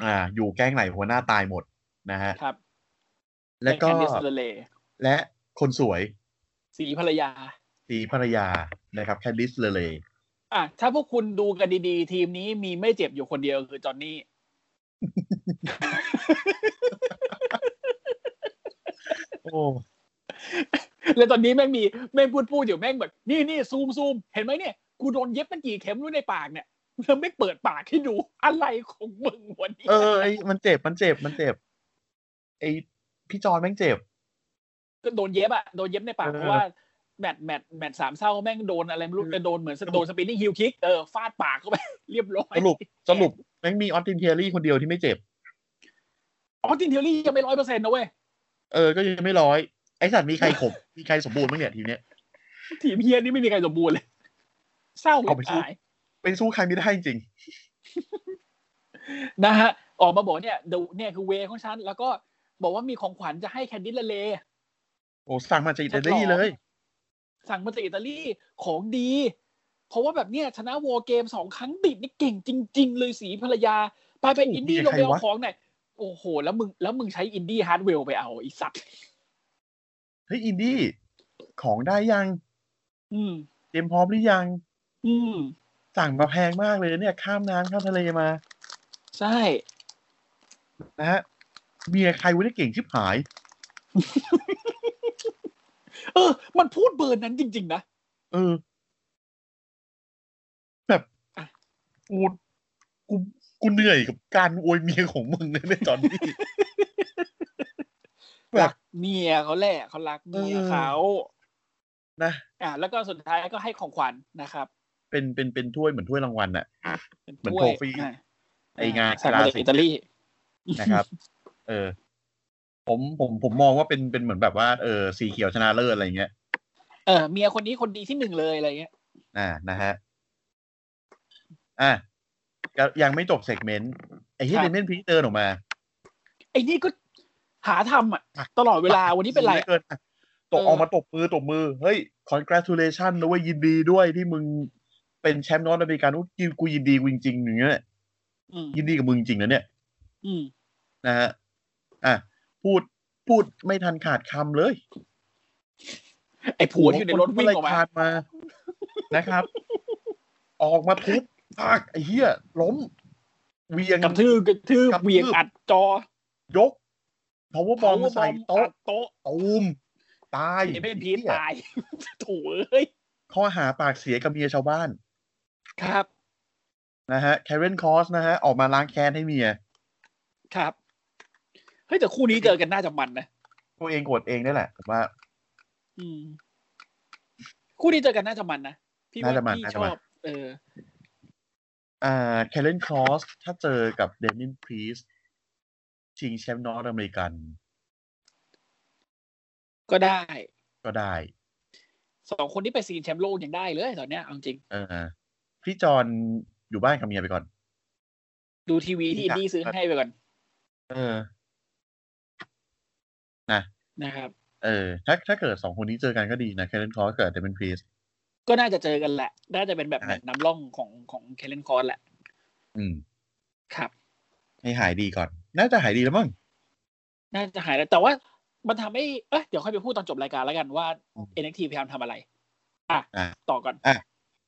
[SPEAKER 2] อ่า อยู่แกล้งไหนหัวหน้าตายหมดนะฮะ
[SPEAKER 3] ครับ
[SPEAKER 2] แล้วก็
[SPEAKER 3] นดิสเล
[SPEAKER 2] และคนสวย
[SPEAKER 3] สีภรรยา
[SPEAKER 2] สีภรรยานะครับแคดิสเลเล
[SPEAKER 3] อ่ะถ้าพวกคุณดูกันดีๆ ทีมนี้มีไม่เจ็บอยู่คนเดียวคือจอห์นนี่
[SPEAKER 2] โอ้
[SPEAKER 3] แล้วตอนนี้แม่งมีแม่งพูดพูดอยู่แม่งแบบนี่นี่ซูมซูมเห็นไหมเนี่ยกูโดนเย็บมันกี่เข็มรู้ในปากเนี่ยแล้วไม่เปิดปากให้ดูอะไรของมึงวันนี้
[SPEAKER 2] เออไอมันเจ็บมันเจ็บมันเจ็บ ไอพี่จอนแม่งเจ็บ
[SPEAKER 3] ก็โดนเย็บอะโดนเย็บในปาก
[SPEAKER 2] เออ
[SPEAKER 3] เพราะว่าแมตช์แมตช์แมตช์สามเศร้าแม่งโดนอะไรไม่รู้
[SPEAKER 2] เออ
[SPEAKER 3] แต่โดนเหมือนโดนสปินนิ่งฮิลคิกเออฟาดปากเข้าไป [laughs] เรียบร้อย
[SPEAKER 2] สรุปสรุปแม่งมีออสตินเทอรี่คนเดียวที่ไม่เจ็บ
[SPEAKER 3] ออสตินเทอรี่ยังไม่ร้อยเปอร์เซ็นต์นะเว้ย
[SPEAKER 2] เออ ก็ยังไม่ร้อย ไอสัตว์มีใครข [laughs] บ มีใครสมบูรณ์บ้างเนี่ยทีมเนี้ย
[SPEAKER 3] ทีมเฮียนี่ไม่มีใครสมบูรณ์เลย [laughs] เศร้า
[SPEAKER 2] เอาไปสู้
[SPEAKER 3] หาย
[SPEAKER 2] ไปสู้ใครไม่ได้จริง
[SPEAKER 3] นะฮะออกมาบอกเนี่ยดูเนี่ยคือเวของฉันแล้วก็บอกว่ามีของขวัญจะให้แคนดิสละเล
[SPEAKER 2] โอ้สั่งมาจากอิตาลีเลย
[SPEAKER 3] สั่งมาจากอิตาลีของดี เพราะว่าแบบเนี้ยชนะวอเกมสองครั้งติดนี่เก่งจริง ๆ เลยสีภรรยา ไปไป
[SPEAKER 2] โอ้โห
[SPEAKER 3] อินดี้
[SPEAKER 2] มี
[SPEAKER 3] ลง
[SPEAKER 2] ใคร
[SPEAKER 3] ไปเอา
[SPEAKER 2] วะ
[SPEAKER 3] ของหน่อยโอ้โห แล้วมึงแล้วมึงใช้อินดี้ฮาร์ดเวลไปเอาไอีสัตว์
[SPEAKER 2] เฮ้ยอินดี้ของได้ยัง
[SPEAKER 3] อืม
[SPEAKER 2] เตรียมพร้อมหรือยัง
[SPEAKER 3] อืม
[SPEAKER 2] สั่งมาแพงมากเลยเนี่ย ข้ามน้ำข้ามทะเลมา
[SPEAKER 3] ใช่
[SPEAKER 2] นะฮะเมียใครวะเนี่ยเก่งชิบหาย
[SPEAKER 3] เออ มันพูดเบอร์นั้นจริง ๆ นะ
[SPEAKER 2] เออ แบบ
[SPEAKER 3] อ่ะ
[SPEAKER 2] กูกูกูเหนื่อยกับการอวยเมียของมึงเลยเนี่ยจอนนี่ แบบ
[SPEAKER 3] รักเมี มียเขาแหละเขารักเมียเขา
[SPEAKER 2] นะ
[SPEAKER 3] อ่าแล้วก็สุดท้ายก็ให้ของขวัญนะครับ
[SPEAKER 2] เป็นเป็นเป็นถ้วยเหมือนถ้วยรางวัลน่ะ
[SPEAKER 3] ป็
[SPEAKER 2] เหมือน
[SPEAKER 3] ถ้วย
[SPEAKER 2] โทรฟี่
[SPEAKER 3] อ่า
[SPEAKER 2] ไอ้งาน
[SPEAKER 3] ใส่มาจาก
[SPEAKER 2] กีฬาสี
[SPEAKER 3] อิตาลี
[SPEAKER 2] นะครับ เออ ผมผมผมมองว่าเป็นเป็นเหมือนแบบว่าเออสีเขียวชนะเลิศอะไรอย่างเงี้ย
[SPEAKER 3] เออเมียคนนี้คนดีที่หนึ่งเลยอะไรเงี้ย
[SPEAKER 2] อ่านะฮะ อ่ะก็ยังไม่จบเซกเมนต์ไอ้ที่
[SPEAKER 3] ครับ
[SPEAKER 2] เดนเมนพีเตอร์ออกมา
[SPEAKER 3] ไอ้นี่ก็หาทำอ่ะ ตลอดเวลาวันนี้เป็นไร
[SPEAKER 2] หลือเกินอ่ะตก
[SPEAKER 3] เออ
[SPEAKER 2] ออกมาตบมือตบมือ เฮ้ย congratulation นะเว้ยยินดีด้วยที่มึงเป็นแชมป์นอตอเมริกันอุ๊ยกูกูยินดีกูจริงๆอย่างเงี้ย
[SPEAKER 3] อืม
[SPEAKER 2] ยินดีกับมึงจริงนะเนี่ย
[SPEAKER 3] อืม
[SPEAKER 2] นะฮะ อ่ะ พูด พูดไม่ทันขาดคำเลย
[SPEAKER 3] ไอ้ผัวที่อยู่ในรถวิ่งออกมา
[SPEAKER 2] คานมา นะครับ ออกมาทุบปากไอ้เหี้ย ล้ม เวียง
[SPEAKER 3] กระทืบกระทืบ
[SPEAKER 2] กระทืบ
[SPEAKER 3] เหวียงอัดจอย
[SPEAKER 2] ก power
[SPEAKER 3] เผา
[SPEAKER 2] bomb
[SPEAKER 3] บอ
[SPEAKER 2] ใส่
[SPEAKER 3] มอั
[SPEAKER 2] โต๊ะ
[SPEAKER 3] ดโต๊ะ
[SPEAKER 2] ตูม ตาย
[SPEAKER 3] ไอ้เป็นพีท
[SPEAKER 2] เหี้ย
[SPEAKER 3] ตาย [laughs] โถูเอ้ย
[SPEAKER 2] ข้อหาปากเสียกับเมียชาวบ้าน
[SPEAKER 3] ครับ
[SPEAKER 2] นะฮะ Karen Cross นะฮะ ออกมาล้างแค้นให้เมีย
[SPEAKER 3] ครับเฮ้ยแต่คู่นี้เจอกันน่าจะมันนะ
[SPEAKER 2] ตัวเองโกรธเองนี่แหละผมว่า
[SPEAKER 3] อืม คู่นี้เจอกันน่าจะมันนะพี่ว่า
[SPEAKER 2] น่าจะมัน
[SPEAKER 3] พี่
[SPEAKER 2] น่า
[SPEAKER 3] ช
[SPEAKER 2] จะมั
[SPEAKER 3] อน บ เออ
[SPEAKER 2] อ่า Karen Cross ถ้าเจอกับ Damien Priest ชิงแชมป์นอตอเมริกัน
[SPEAKER 3] ก็ได้
[SPEAKER 2] ก็ได้
[SPEAKER 3] สองคนที่ไปซีนแชมป์โลกยังได้เลยตอนเนี้ยเอาจริง
[SPEAKER 2] เออพี่จอนอยู่บ้านกับเมียไปก่อน
[SPEAKER 3] ดูทีวีที่อินดี้ซื้อให้ไปก่อน
[SPEAKER 2] เออ
[SPEAKER 3] นะครับ
[SPEAKER 2] เออ ถ้าถ้าเกิดสองคนนี้เจอกันก็ดีนะแคเรนคอสเกิดเดมอนพรีส
[SPEAKER 3] ก็น่าจะเจอกันแหละ น่าจะเป็นแบบ
[SPEAKER 2] ใช่
[SPEAKER 3] แมตช์นำร่องของของเคเลนคอนแหละ
[SPEAKER 2] อืม
[SPEAKER 3] ครับ
[SPEAKER 2] ให้หายดีก่อน น่าจะหายดีแล้วมั้ง
[SPEAKER 3] น่าจะหายแล้วแต่ว่ามันทำให้เอ้ยเดี๋ยวค่อยไปพูดตอนจบรายการแล้วกันว่า
[SPEAKER 2] อืม
[SPEAKER 3] NXT พยายามทำอะไร อ่ะ
[SPEAKER 2] อ่ะ
[SPEAKER 3] ต่อก่อน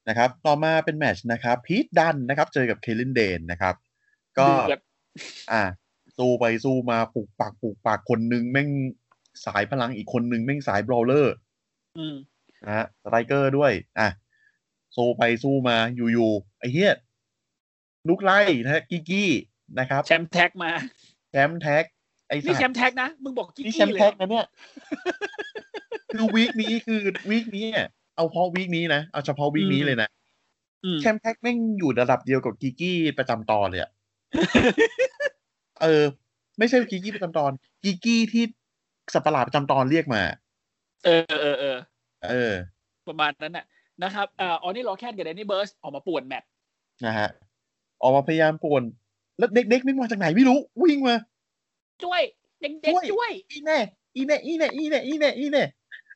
[SPEAKER 2] นะครับ ต่อมาเป็นแมตชนะครับพีทดันนะครับ เจอกับเคลินเดนนะครับ ก็
[SPEAKER 3] ดูแบบ
[SPEAKER 2] อ่ะสู้ไปสู้มาปลูกปากปลูกปากคนนึงแม่งสายพลังอีกคนนึงแม่งสายบรอเลอร์
[SPEAKER 3] อืม
[SPEAKER 2] นะฮะสไตรเกอร์ด้วย อ่ะ สู้ไปสู้มาอยู่ๆไอ้เหี้ยลุกไล่นะฮะกิกกี้นะครับ
[SPEAKER 3] แชมป์แท็กมา
[SPEAKER 2] แชมป์แท็ก ไอ้สั
[SPEAKER 3] นี่
[SPEAKER 2] ต
[SPEAKER 3] แช
[SPEAKER 2] ว์
[SPEAKER 3] มป์แท็กนะ มึงบอกกิ๊ก
[SPEAKER 2] นี่แช
[SPEAKER 3] กี้
[SPEAKER 2] มป์
[SPEAKER 3] เลย
[SPEAKER 2] แท็ก
[SPEAKER 3] เหรอ
[SPEAKER 2] นะเนี่ย [laughs] คือวีคนี้คือวีคนี้อ่ะเอาเฉพาะวีคนี้นะ เอาเฉพาะวีคนี้เลยนะ
[SPEAKER 3] อืม
[SPEAKER 2] แชมป์แท็กแม่งอยู่ระดับเดียวกับกิกกี้ประจำตอนเลย [laughs] อะเออ ไม่ใช่กิกกี้ประจำตอนกิกกี้ที่สัตว์ประหลาดประจำตอนเรียกมา
[SPEAKER 3] เออเออเออ
[SPEAKER 2] เออ
[SPEAKER 3] ประมาณนั้นน่ะ นะครับอ่าออนนี่ลอแคนกับแดนนี่เบิร์สออกมาป่วนแมตช์
[SPEAKER 2] นะฮะ ออกมาพยายามป่วน แล้วเด็กๆไม่งมาจากไหนไม่รู้ วิ่งมา
[SPEAKER 3] ช่วยเด็กๆ
[SPEAKER 2] ช่
[SPEAKER 3] ช่ว
[SPEAKER 2] วย ย อีแน่ อีแน่ อีแน่ อีแน่ อีแน่ อีแน่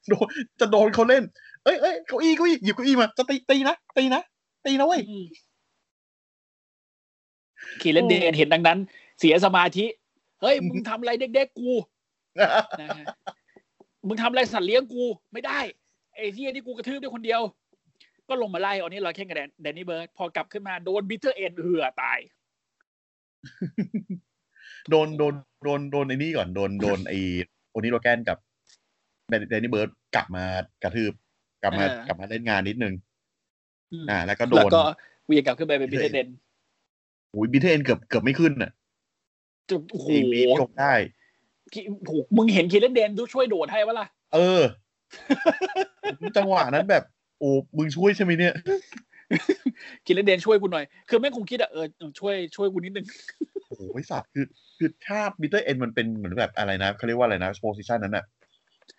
[SPEAKER 2] โดนจะโดนเขาเล่น เอ้ยเอ้ยเก้าอี้เก้าอี้หยิบเก้าอี้มา จะตีตีนะ ตีนะ ตีนะเว้ย
[SPEAKER 3] อืมขี่เล่นเดนเห็นดังนั้น เสียสมาธิ เฮ้ย มึงทำอะไรเด็กๆกูนะฮะมึงทำอะไรสัตว์เลี้ยงกูไม่ได้ ไอ้ที่นี่กูกระทืบด้วยคนเดียว ก็ลงมาไล่ออนนี่ลอแคนกับแดนนี่เบิร์สพอกลับขึ้นมาโดนบิทเทอร์เอ็นเหือตาย
[SPEAKER 2] โดน โดน โดน โดนไอ้นี่ก่อน โดน โดนไอ้โอนิโรแกนกับแดนนี่เบิร์ดกลับมากระทืบ กลับมา
[SPEAKER 3] เออ
[SPEAKER 2] กลับมาเล่นงานนิดนึง
[SPEAKER 3] อืม
[SPEAKER 2] อ่า แล้วก็โด
[SPEAKER 3] แล้ว
[SPEAKER 2] น
[SPEAKER 3] ก็เหวียงกลับขึ้นไปเป็นบิทเทอร์เอ็น
[SPEAKER 2] โอ้ยบิทเทนเกือบ เกือบไม่ขึ้นอ่ะ
[SPEAKER 3] จุดโอ้โห
[SPEAKER 2] ไอ้บีลงได้
[SPEAKER 3] คิถูกมึงเห็นคีเลนเดนดูช่วยโดดให้ปะล่ะ
[SPEAKER 2] เออ จังหวะนั้นแบบ โอ้ มึงช่วยใช่ไหมเนี่ย
[SPEAKER 3] คีเลนเดนช่วยกูหน่อย คือแม่งคงคิดอะเออช่วยช่วยกูนิดนึง
[SPEAKER 2] โอ้โหไอ้สัตว์คือคือถ้าบิเตอร์เอ็นมันเป็นเหมือนแบบอะไรนะเขาเรียกว่าอะไรนะโพสิชันนั้นอ่ะ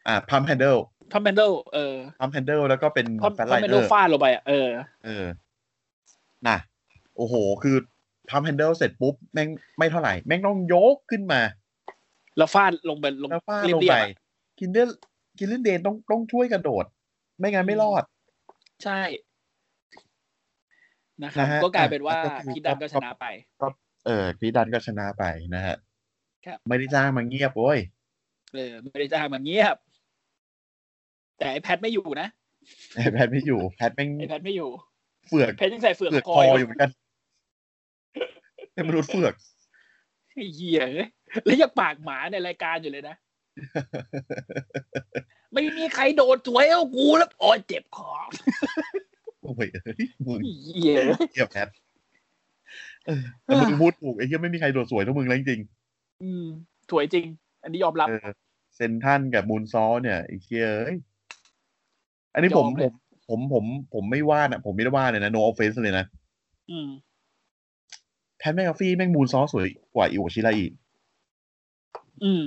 [SPEAKER 2] อ่าพัมแฮนเดิล
[SPEAKER 3] ทอมแมนโดเออ
[SPEAKER 2] พัมแฮนเดิลแล้วก็เป็น
[SPEAKER 3] ทอม
[SPEAKER 2] แฟล
[SPEAKER 3] ทอม
[SPEAKER 2] ไล
[SPEAKER 3] แมน
[SPEAKER 2] เด
[SPEAKER 3] โด
[SPEAKER 2] อร์
[SPEAKER 3] ฟาดลงไปอะเออ
[SPEAKER 2] เออน่ะ โอ้โห คือพัมแฮนเดิลเสร็จปุ๊บ แม่งไม่เท่าไหร่ แม่งต้องยกขึ้นมา
[SPEAKER 3] แล้วฟาดลงไปลง
[SPEAKER 2] แล้วฟาด
[SPEAKER 3] เรีย
[SPEAKER 2] ลง
[SPEAKER 3] บเรีย
[SPEAKER 2] ไป
[SPEAKER 3] บอะ
[SPEAKER 2] กินเดนกินเล่นเดนต้องต้องช่วยกระโดด ไม่งั้นไม่รอด
[SPEAKER 3] ใช่นะครับ
[SPEAKER 2] นะฮะ
[SPEAKER 3] ก็กลายเป็นว่า
[SPEAKER 2] อ่ะก็คือ
[SPEAKER 3] พี่ดันก็ชนะไป
[SPEAKER 2] เออพีดันก็ชนะไปนะฮะ
[SPEAKER 3] ครับ
[SPEAKER 2] ไม่ได้จ้างมาเงียบโว้ย
[SPEAKER 3] เออไม่ได้จ้างมันเงียบ แต่ไอแพทไม่อยู่นะ
[SPEAKER 2] แพทไม่อยู่ แพทแม่ง
[SPEAKER 3] ไอแพทไม่อยู่
[SPEAKER 2] เฟือก
[SPEAKER 3] แพทยังใส่เฟือก
[SPEAKER 2] เฟือก
[SPEAKER 3] ค
[SPEAKER 2] ค
[SPEAKER 3] อ
[SPEAKER 2] อย อยู่เหมือนกันเป็นมนุษย์เฟือก
[SPEAKER 3] ไอ้เหี้ยเอ้ยแล้วยังปากหมาในรายการอยู่เลยนะ ไม่มีใครโดดสวยเอากูแล้วโอ้ยเจ็บคอ
[SPEAKER 2] โอ้ยเอ้ยมึง
[SPEAKER 3] ไอ้เหี้ย
[SPEAKER 2] เทียบแพทเออแต่มึงพูดถูกไอ้เหี้ยไม่มีใครโดดสวยเท่ามึงแล้วจริง
[SPEAKER 3] อืมสวยจริง อันนี้ยอม
[SPEAKER 2] ๆ
[SPEAKER 3] รับ
[SPEAKER 2] เออ เซนทันกับมูนซอลเนี่ยไอ้เชียเอ้ยอันนี้ผม
[SPEAKER 3] ยอม
[SPEAKER 2] ผ
[SPEAKER 3] เลย
[SPEAKER 2] มผมผมผมไม่ว่านะผมไม่ได้ว่าเลยนะ no offense เลยนะ
[SPEAKER 3] อืม
[SPEAKER 2] แพนแมคฟี่แม่งมูนซอลสวยกว่าอิโอชิระอีก
[SPEAKER 3] อืม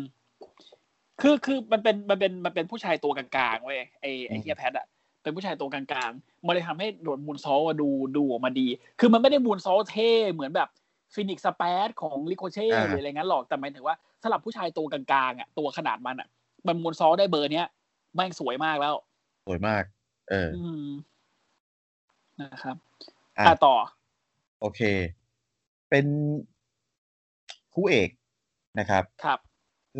[SPEAKER 3] คือคือมันเป็นมันเป็นมันเป็นผู้ชายตัวกลางๆเว้ยไอไอเฮียแพทอะเป็นผู้ชายตัวกลางๆมันเลยทำให้โดดมูนซอลอะดูดูออกมาดี คือมันไม่ได้มูนซอลเท่เหมือนแบบฟินิกสเปซของลิโคเช่
[SPEAKER 2] อ่า
[SPEAKER 3] หรืออะไรงั้นหรอกแต่หมายถึงว่าสำหรับผู้ชายตัวกลางๆอะตัวขนาดมันอะมันมูนซอลได้เบอร์เนี้ยแม่งสวยมากแล้ว
[SPEAKER 2] สวยมาก เออ
[SPEAKER 3] อืมนะครับ
[SPEAKER 2] อ่ะ
[SPEAKER 3] อ่ะต่อ
[SPEAKER 2] โอเค เป็นคู่เอกนะครับ
[SPEAKER 3] ครับ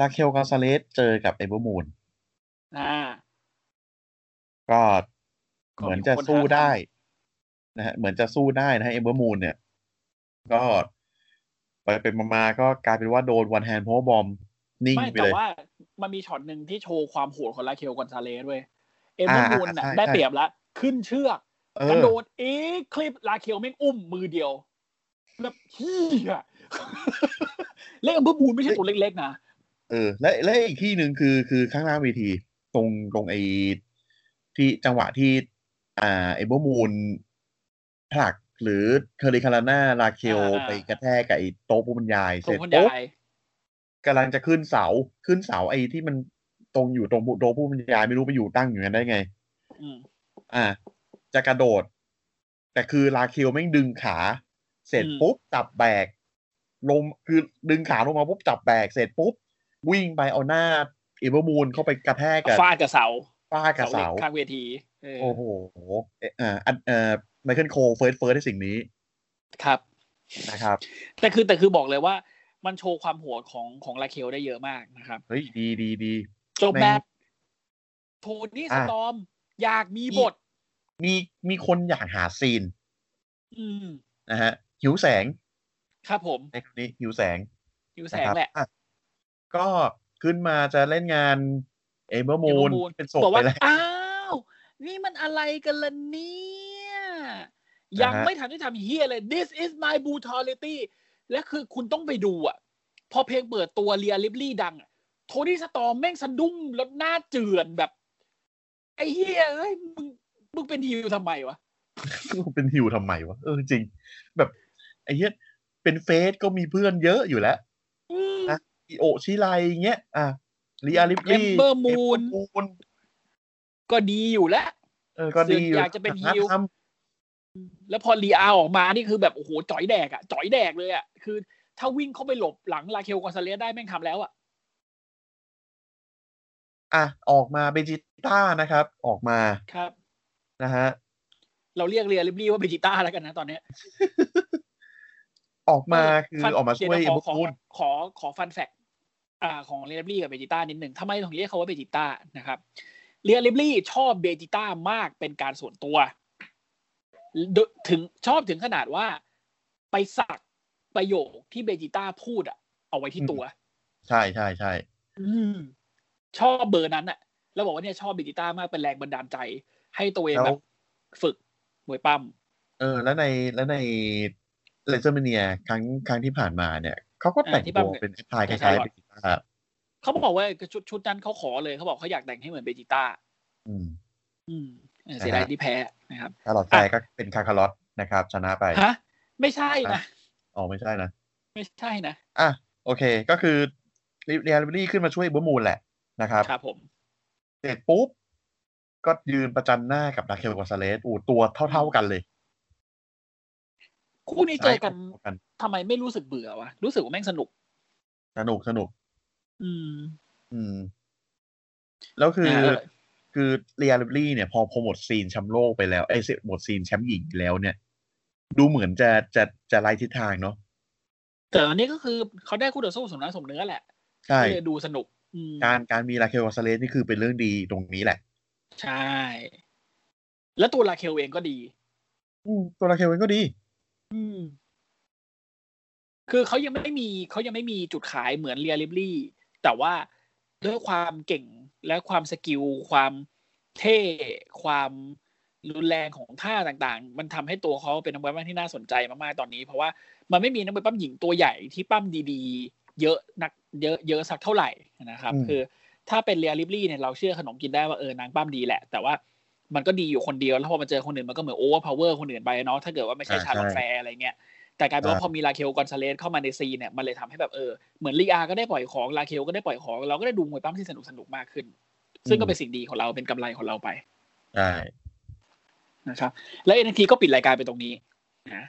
[SPEAKER 2] ลาเคลกาซาเลสเจอกับเอเวอร์มูน
[SPEAKER 3] อ่า
[SPEAKER 2] ก็
[SPEAKER 3] ก็
[SPEAKER 2] เหมื
[SPEAKER 3] มี
[SPEAKER 2] อนจะ
[SPEAKER 3] คน
[SPEAKER 2] สู้
[SPEAKER 3] หาทาง
[SPEAKER 2] ได้นะฮะเหมือนจะสู้ได้นะฮะเอเบอร์มูนเนี่ย ก็ไปเป็นมามาก็กลายเป็นว่าโดนวันแฮนด์พาวบอมนิ่ง
[SPEAKER 3] ไม่
[SPEAKER 2] ไป
[SPEAKER 3] แต่
[SPEAKER 2] เลย
[SPEAKER 3] ว่ามันมีช็อตหนึ่งที่โชว์ความโหดของลาเคลกอนซาเลสเว้ยเอเวอร์
[SPEAKER 2] อ่า
[SPEAKER 3] มูนน่ะ
[SPEAKER 2] ใช่
[SPEAKER 3] ได้
[SPEAKER 2] ใช่
[SPEAKER 3] เปรียบแล้วขึ้นเชือก
[SPEAKER 2] เอก
[SPEAKER 3] ระ
[SPEAKER 2] อ
[SPEAKER 3] โดดอีกคลิปลาเคลแม่งอุ้มมือเดียวแล้วเฮีย [laughs] เล่นเอเวอร์มูนไม่ใช่ตัวเล็กๆนะ
[SPEAKER 2] เออ และและอีกที่หนึ่งคือคือข้างล่างเวที ตรงตรงไอ้ที่จังหวะที่ อ่าเอเบอร์มูนผลักหรือเทอริคาราน่าลาเคลไปกระแทกกับไอ้โต๊ะผู้บรรยายเส
[SPEAKER 3] ตัว
[SPEAKER 2] ร็จ
[SPEAKER 3] คนให
[SPEAKER 2] ปุ๊บ
[SPEAKER 3] ญ่
[SPEAKER 2] กำลังจะขึ้นเสาขึ้นเสาไอ้ที่มันตรงอยู่ตรงโดผู้บรรยายไม่รู้ไปอยู่ตั้งอยู่กันได้ไง
[SPEAKER 3] อืม
[SPEAKER 2] อ่า จะกระโดด แต่คือลาคิวแม่งดึงขา เสร็จ
[SPEAKER 3] อืม
[SPEAKER 2] ปุ๊บจับแบก ลงคือดึงขาลงมาปุ๊บจับแบก เสร็จปุ๊บ วิ่งไปเอาหน้าเอเวอร์มูนเข้าไปกระแทกกับ
[SPEAKER 3] ฟาดกับเสา
[SPEAKER 2] ฟาดกับเสา
[SPEAKER 3] หล็ข้างเวทีเออ
[SPEAKER 2] โอ้โหเอ่ออ่าอันเอ่อไมเคิลโคเฟิร์สเฟิร์สในสิ่งนี้
[SPEAKER 3] ครับ
[SPEAKER 2] นะครับ
[SPEAKER 3] แต่คือแต่คือบอกเลยว่า มันโชว์ความโหดของของลาเคลได้เยอะมากนะครับ
[SPEAKER 2] เฮ้ย ดีดีดี
[SPEAKER 3] จบแบบโทนี่ส
[SPEAKER 2] อ่ะ
[SPEAKER 3] ตอมอยากมีบท
[SPEAKER 2] มีมีคนอยากหาซีน
[SPEAKER 3] อืม
[SPEAKER 2] นะฮะ หิวแสง
[SPEAKER 3] ครับผม
[SPEAKER 2] ในคำนี้หิวแสง
[SPEAKER 3] อยู่แสงแหละ
[SPEAKER 2] นะครับอ่ก็ขึ้นมาจะเล่นงานเอเบอร์มูน
[SPEAKER 3] Moon
[SPEAKER 2] เป็นศพ
[SPEAKER 3] บอก
[SPEAKER 2] ไป
[SPEAKER 3] ว่า
[SPEAKER 2] แล้ว
[SPEAKER 3] อ้าว นี่มันอะไรกันล่ะเนี่ย
[SPEAKER 2] นะฮะ
[SPEAKER 3] ยังไม่ทันได้ทำเฮียเลย this is my brutality และคือคุณต้องไปดูอ่ะ พอเพลงเปิดตัวเรียลิบลี่ดังอะโทนี่สตอมแม่งสะดุ้งแล้วหน้าเจือนแบบ ไอ้เฮียเอ้ยมึงมึงเป็นฮิวทำไมวะ
[SPEAKER 2] เป็นฮิวทำไมวะ เออจริง แบบไอ้เนี้ยเป็นเฟสก็มีเพื่อนเยอะอยู่แล้ว
[SPEAKER 3] อืม
[SPEAKER 2] นะ อิโอชิไลเงี้ย อ่ะลีอาริปลี่
[SPEAKER 3] Ember Moon
[SPEAKER 2] น
[SPEAKER 3] ก็ดีอยู่แล้ว
[SPEAKER 2] เออก็ดี
[SPEAKER 3] อยากจะเป็น
[SPEAKER 2] หา
[SPEAKER 3] heel
[SPEAKER 2] ทำ
[SPEAKER 3] แล้วพอรีอาออกมานี่คือแบบโอ้โหจ่อยแดกอะจ่อยแดกเลยอะคือ ถ้าวิ่งเข้าไปหลบหลังลาเคลกอนซาเลสได้แม่งทำแล้วอะ
[SPEAKER 2] อ่ะ ออกมาเบจิต้านะครับ ออกมา
[SPEAKER 3] ครับ
[SPEAKER 2] นะฮะ
[SPEAKER 3] เราเรียกเรียลิบลี่ว่าเบจิต้าแล้วกันนะตอนเนี้ย
[SPEAKER 2] ออกมาคือ
[SPEAKER 3] ฟัน
[SPEAKER 2] ออกมาช่วยเอ
[SPEAKER 3] เดี๋นะ
[SPEAKER 2] เบอ
[SPEAKER 3] ขอ
[SPEAKER 2] ร์มูน
[SPEAKER 3] ขอขอฟันแฟกอ่าของเรียลิบลี่กับเบจิต้านิดหนึ่งทำไมถึงเรียกเขาว่าเบจิต้านะครับเรียลิบลี่ชอบเบจิต้ามากเป็นการส่วนตัวดถึงชอบถึงขนาดว่าไปสักประโยคที่เบจิต้าพูดอะเอาไว้ที่ตัว
[SPEAKER 2] ใช่ใช่ใช่
[SPEAKER 3] อืมชอบเบอร์นั้นอะแล้วบอกว่าเนี่ยชอบเบจิต้ามากเป็นแรงบันดาลใจ ให้ตัวเอง
[SPEAKER 2] แล้ว
[SPEAKER 3] แบบฝึกมวยปั้ม
[SPEAKER 2] เออ แล้วในแล้วในเลเซอร์เมเนียครั้งครั้งที่ผ่านมาเนี่ยเขาก็แต่งตัวเป็นชายคล้ายๆเบจิต้า
[SPEAKER 3] เขาบอกว่าชุดชุดนั้นเขาขอเลยเขาบอกเขาอยากแต่งให้เหมือนเบจิต้า
[SPEAKER 2] อืม
[SPEAKER 3] อืมเออเสียดายที่แพ้นะครับ
[SPEAKER 2] คาร์ลอตแฟร์ก็เป็นคาคาร์ลอตนะครับ ชนะไป
[SPEAKER 3] ฮะ ไม่ใช่นะ
[SPEAKER 2] อ๋อ ไม่ใช่นะ
[SPEAKER 3] ไม่ใช่นะ
[SPEAKER 2] อ่ะ โอเค ก็คือเรียลลี่ขึ้นมาช่วยเบอร์มูลแหละนะครับ
[SPEAKER 3] ครับผม
[SPEAKER 2] เสร็จปุ๊บ ก็ยืนประจันหน้ากับดาเคลกอนซาเลสอูตัวเท่า ๆกันเลย
[SPEAKER 3] คู่นี้เจอกัน
[SPEAKER 2] ใช่กัน
[SPEAKER 3] ทำไมไม่รู้สึกเบื่อวะรู้สึกว่าแม่งสนุก
[SPEAKER 2] สนุกสนุก
[SPEAKER 3] อืม
[SPEAKER 2] อืม แล้วคือ
[SPEAKER 3] นะฮะ
[SPEAKER 2] คือเรียลลี่เนี่ย พอพอหมดซีนแชมป์โลกไปแล้วไอ้ยหมดซีนแชมป์หญิงไปแล้วเนี่ย ดูเหมือนจะจะจะไล่ทิศทางเนาะ
[SPEAKER 3] แต่อันนี้ก็คือเขาได้คู่ต่อสู้สมน้ำสมเนื้อแหละ
[SPEAKER 2] ใช่
[SPEAKER 3] ก็เลยดูสนุก อืม
[SPEAKER 2] การการมีลาเคลกอนซาเลสนี่คือเป็นเรื่องดีตรงนี้แหละ
[SPEAKER 3] ใช่ แล้วตัวลาเคลเองก็ดี
[SPEAKER 2] อืมตัวลาเคลเวนก็ดี
[SPEAKER 3] อืม คือเขายังไม่มีเขายังไม่มีจุดขายเหมือนเรียลิบลี่ แต่ว่าด้วยความเก่งและความสกิล ความเท่ ความรุนแรงของท่าต่างๆ มันทำให้ตัวเขาเป็นนักมวยปั้มที่น่าสนใจมากๆตอนนี้ เพราะว่ามันไม่มีนักมวยปั้มหญิงตัวใหญ่ที่ปั้มดีๆ เยอะนัก เยอะเยอะสักเท่าไหร่นะครับ
[SPEAKER 2] อืม
[SPEAKER 3] คือ ถ้าเป็นเรียลิบลี่เนี่ยเราเชื่อขนมกินได้ว่าเออนางปั้มดีแหละ แต่ว่ามันก็ดีอยู่คนเดียวแล้วพอมาเจอคนอื่นมันก็เหมือนโอเวอร์พาวเวอร์คนอื่นไปเนาะถ้าเกิดว่าไม่ใช่
[SPEAKER 2] อ่า
[SPEAKER 3] ชาลอต
[SPEAKER 2] ใช่
[SPEAKER 3] แฟร์อะไรเงี้ยแต่กลายเป็นว่า
[SPEAKER 2] อ่า
[SPEAKER 3] พอมีลาเคลกอนซาเลสเข้ามาในซีนเนี่ยมันเลยทำให้แบบเออเหมือนลีอาก็ได้ปล่อยของลาเคลก็ได้ปล่อยของเราก็ได้ดูมวยปั้มที่สนุกสนุกๆมากขึ้น ซึ่งก็เป็นสิ่งดีของเราเป็นกำไรของเราไป
[SPEAKER 2] ใช่
[SPEAKER 3] นะครับแล้ว NXT ก็ปิดรายการไปตรงนี้นะ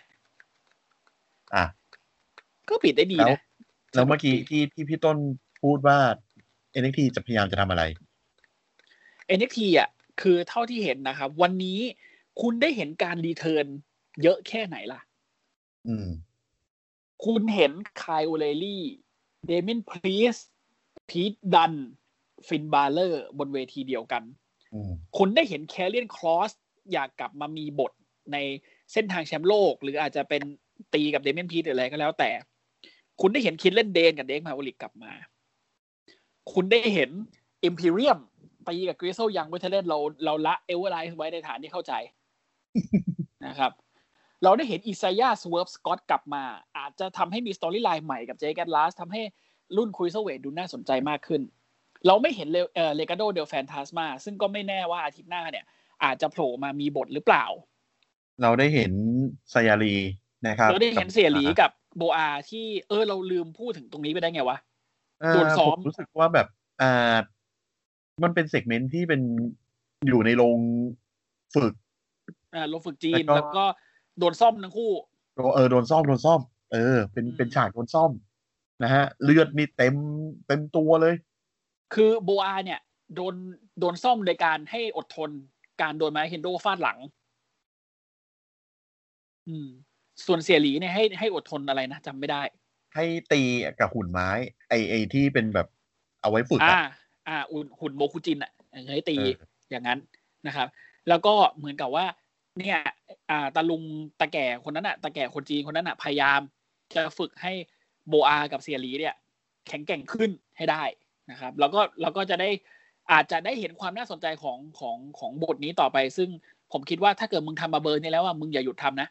[SPEAKER 2] อ่ะ
[SPEAKER 3] ก็ปิดได้ดี
[SPEAKER 2] แล้ว
[SPEAKER 3] นะ
[SPEAKER 2] แล้วเมื่อกี้ที่ที่พี่ต้นพูดว่า NXT จะพยายามจะทำอะไร
[SPEAKER 3] NXT อ่ะคือเท่าที่เห็นนะครับ วันนี้คุณได้เห็นการรีเทิร์นเยอะแค่ไหนล่ะ
[SPEAKER 2] อืม
[SPEAKER 3] คุณเห็นคายโอเลลี่เดมินพรีสพีทดันฟินบาเลอร์บนเวทีเดียวกัน
[SPEAKER 2] อืม
[SPEAKER 3] คุณได้เห็นแคเรียนครอสอยากกลับมามีบทในเส้นทางแชมป์โลก หรืออาจจะเป็นตีกับเดเมนพีทหรืออะไรก็แล้วแต่ คุณได้เห็นคินเล่นเดนกับเด็กมาโอลิกกลับมา คุณได้เห็นอิมพีเรียมตีกับกริซโซยังเวทเทเลนเราเราละเอเวอร์ไลท์ไว้ในฐานที่เข้าใจ [laughs] นะครับ เราได้เห็นอิซายาสเวิร์ฟสกอตกลับมา อาจจะทำให้มีสตอรี่ไลน์ใหม่กับเจแกนลาสทำให้รุ่นคุยเซเวทดูน่าสนใจมากขึ้น เราไม่เห็นเลเอ่อเลกาโดเดลแฟนทาสมาซึ่งก็ไม่แน่ว่าอาทิตย์หน้าเนี่ย อาจจะโผล่มามีบทหรือเปล่า
[SPEAKER 2] เราได้เห็นสยาลีนะครับ
[SPEAKER 3] เราได้เห็นเสียหลีกับโบอาที่เออเราลืมพูดถึงตรงนี้ไปได้ไงวะ
[SPEAKER 2] เอ่อ
[SPEAKER 3] โดนซ้อม
[SPEAKER 2] ผรู้สึกว่าแบบ อ่า มันเป็นเซกเมนต์ที่เป็นอยู่ในโรงฝึก
[SPEAKER 3] อ่าโลฝึกจีน
[SPEAKER 2] แล้
[SPEAKER 3] แล้ว ว
[SPEAKER 2] ก็
[SPEAKER 3] ก็โดนซ่อมทั้งคู่
[SPEAKER 2] เออโดนซ่อมโดนซ่อม เออ เป็น
[SPEAKER 3] อืม
[SPEAKER 2] เป็นฉากโดนซ่อม นะฮะ เลือดนี่เต็มเต็มตัวเลย
[SPEAKER 3] คือโบอาเนี่ยโดนโดนซ่อมโดยการให้อดทนการโดนไม้เฮนโดฟาดหลัง อืม ส่วนเสียหลีเนี่ยให้ให้อดทนอะไรนะจำไม่ได้
[SPEAKER 2] ให้ตีกับหุ่นไม้ ไอไอที่เป็นแบบเอาไว้ฝึก
[SPEAKER 3] อ่า
[SPEAKER 2] อะ
[SPEAKER 3] อ่าหุ่นหุ่นโมคุจินอ่ะใช้ตี
[SPEAKER 2] เออ
[SPEAKER 3] อย่างนั้นนะครับ แล้วก็เหมือนกับว่า เนี่ย อ่าตาลุงตาแก่คนนั้นอ่ะตาแก่คนจีนคนนั้นอ่ะพยายามจะฝึกให้โบอากับเซียรีเนี่ย แข็งแกร่งขึ้นให้ได้นะครับ แล้วก็เราก็จะได้อาจจะได้เห็นความน่าสนใจของของของบทนี้ต่อไป ซึ่งผมคิดว่าถ้าเกิดมึงทำมาเบอร์นี้แล้วว่ามึงอย่าหยุดทำนะ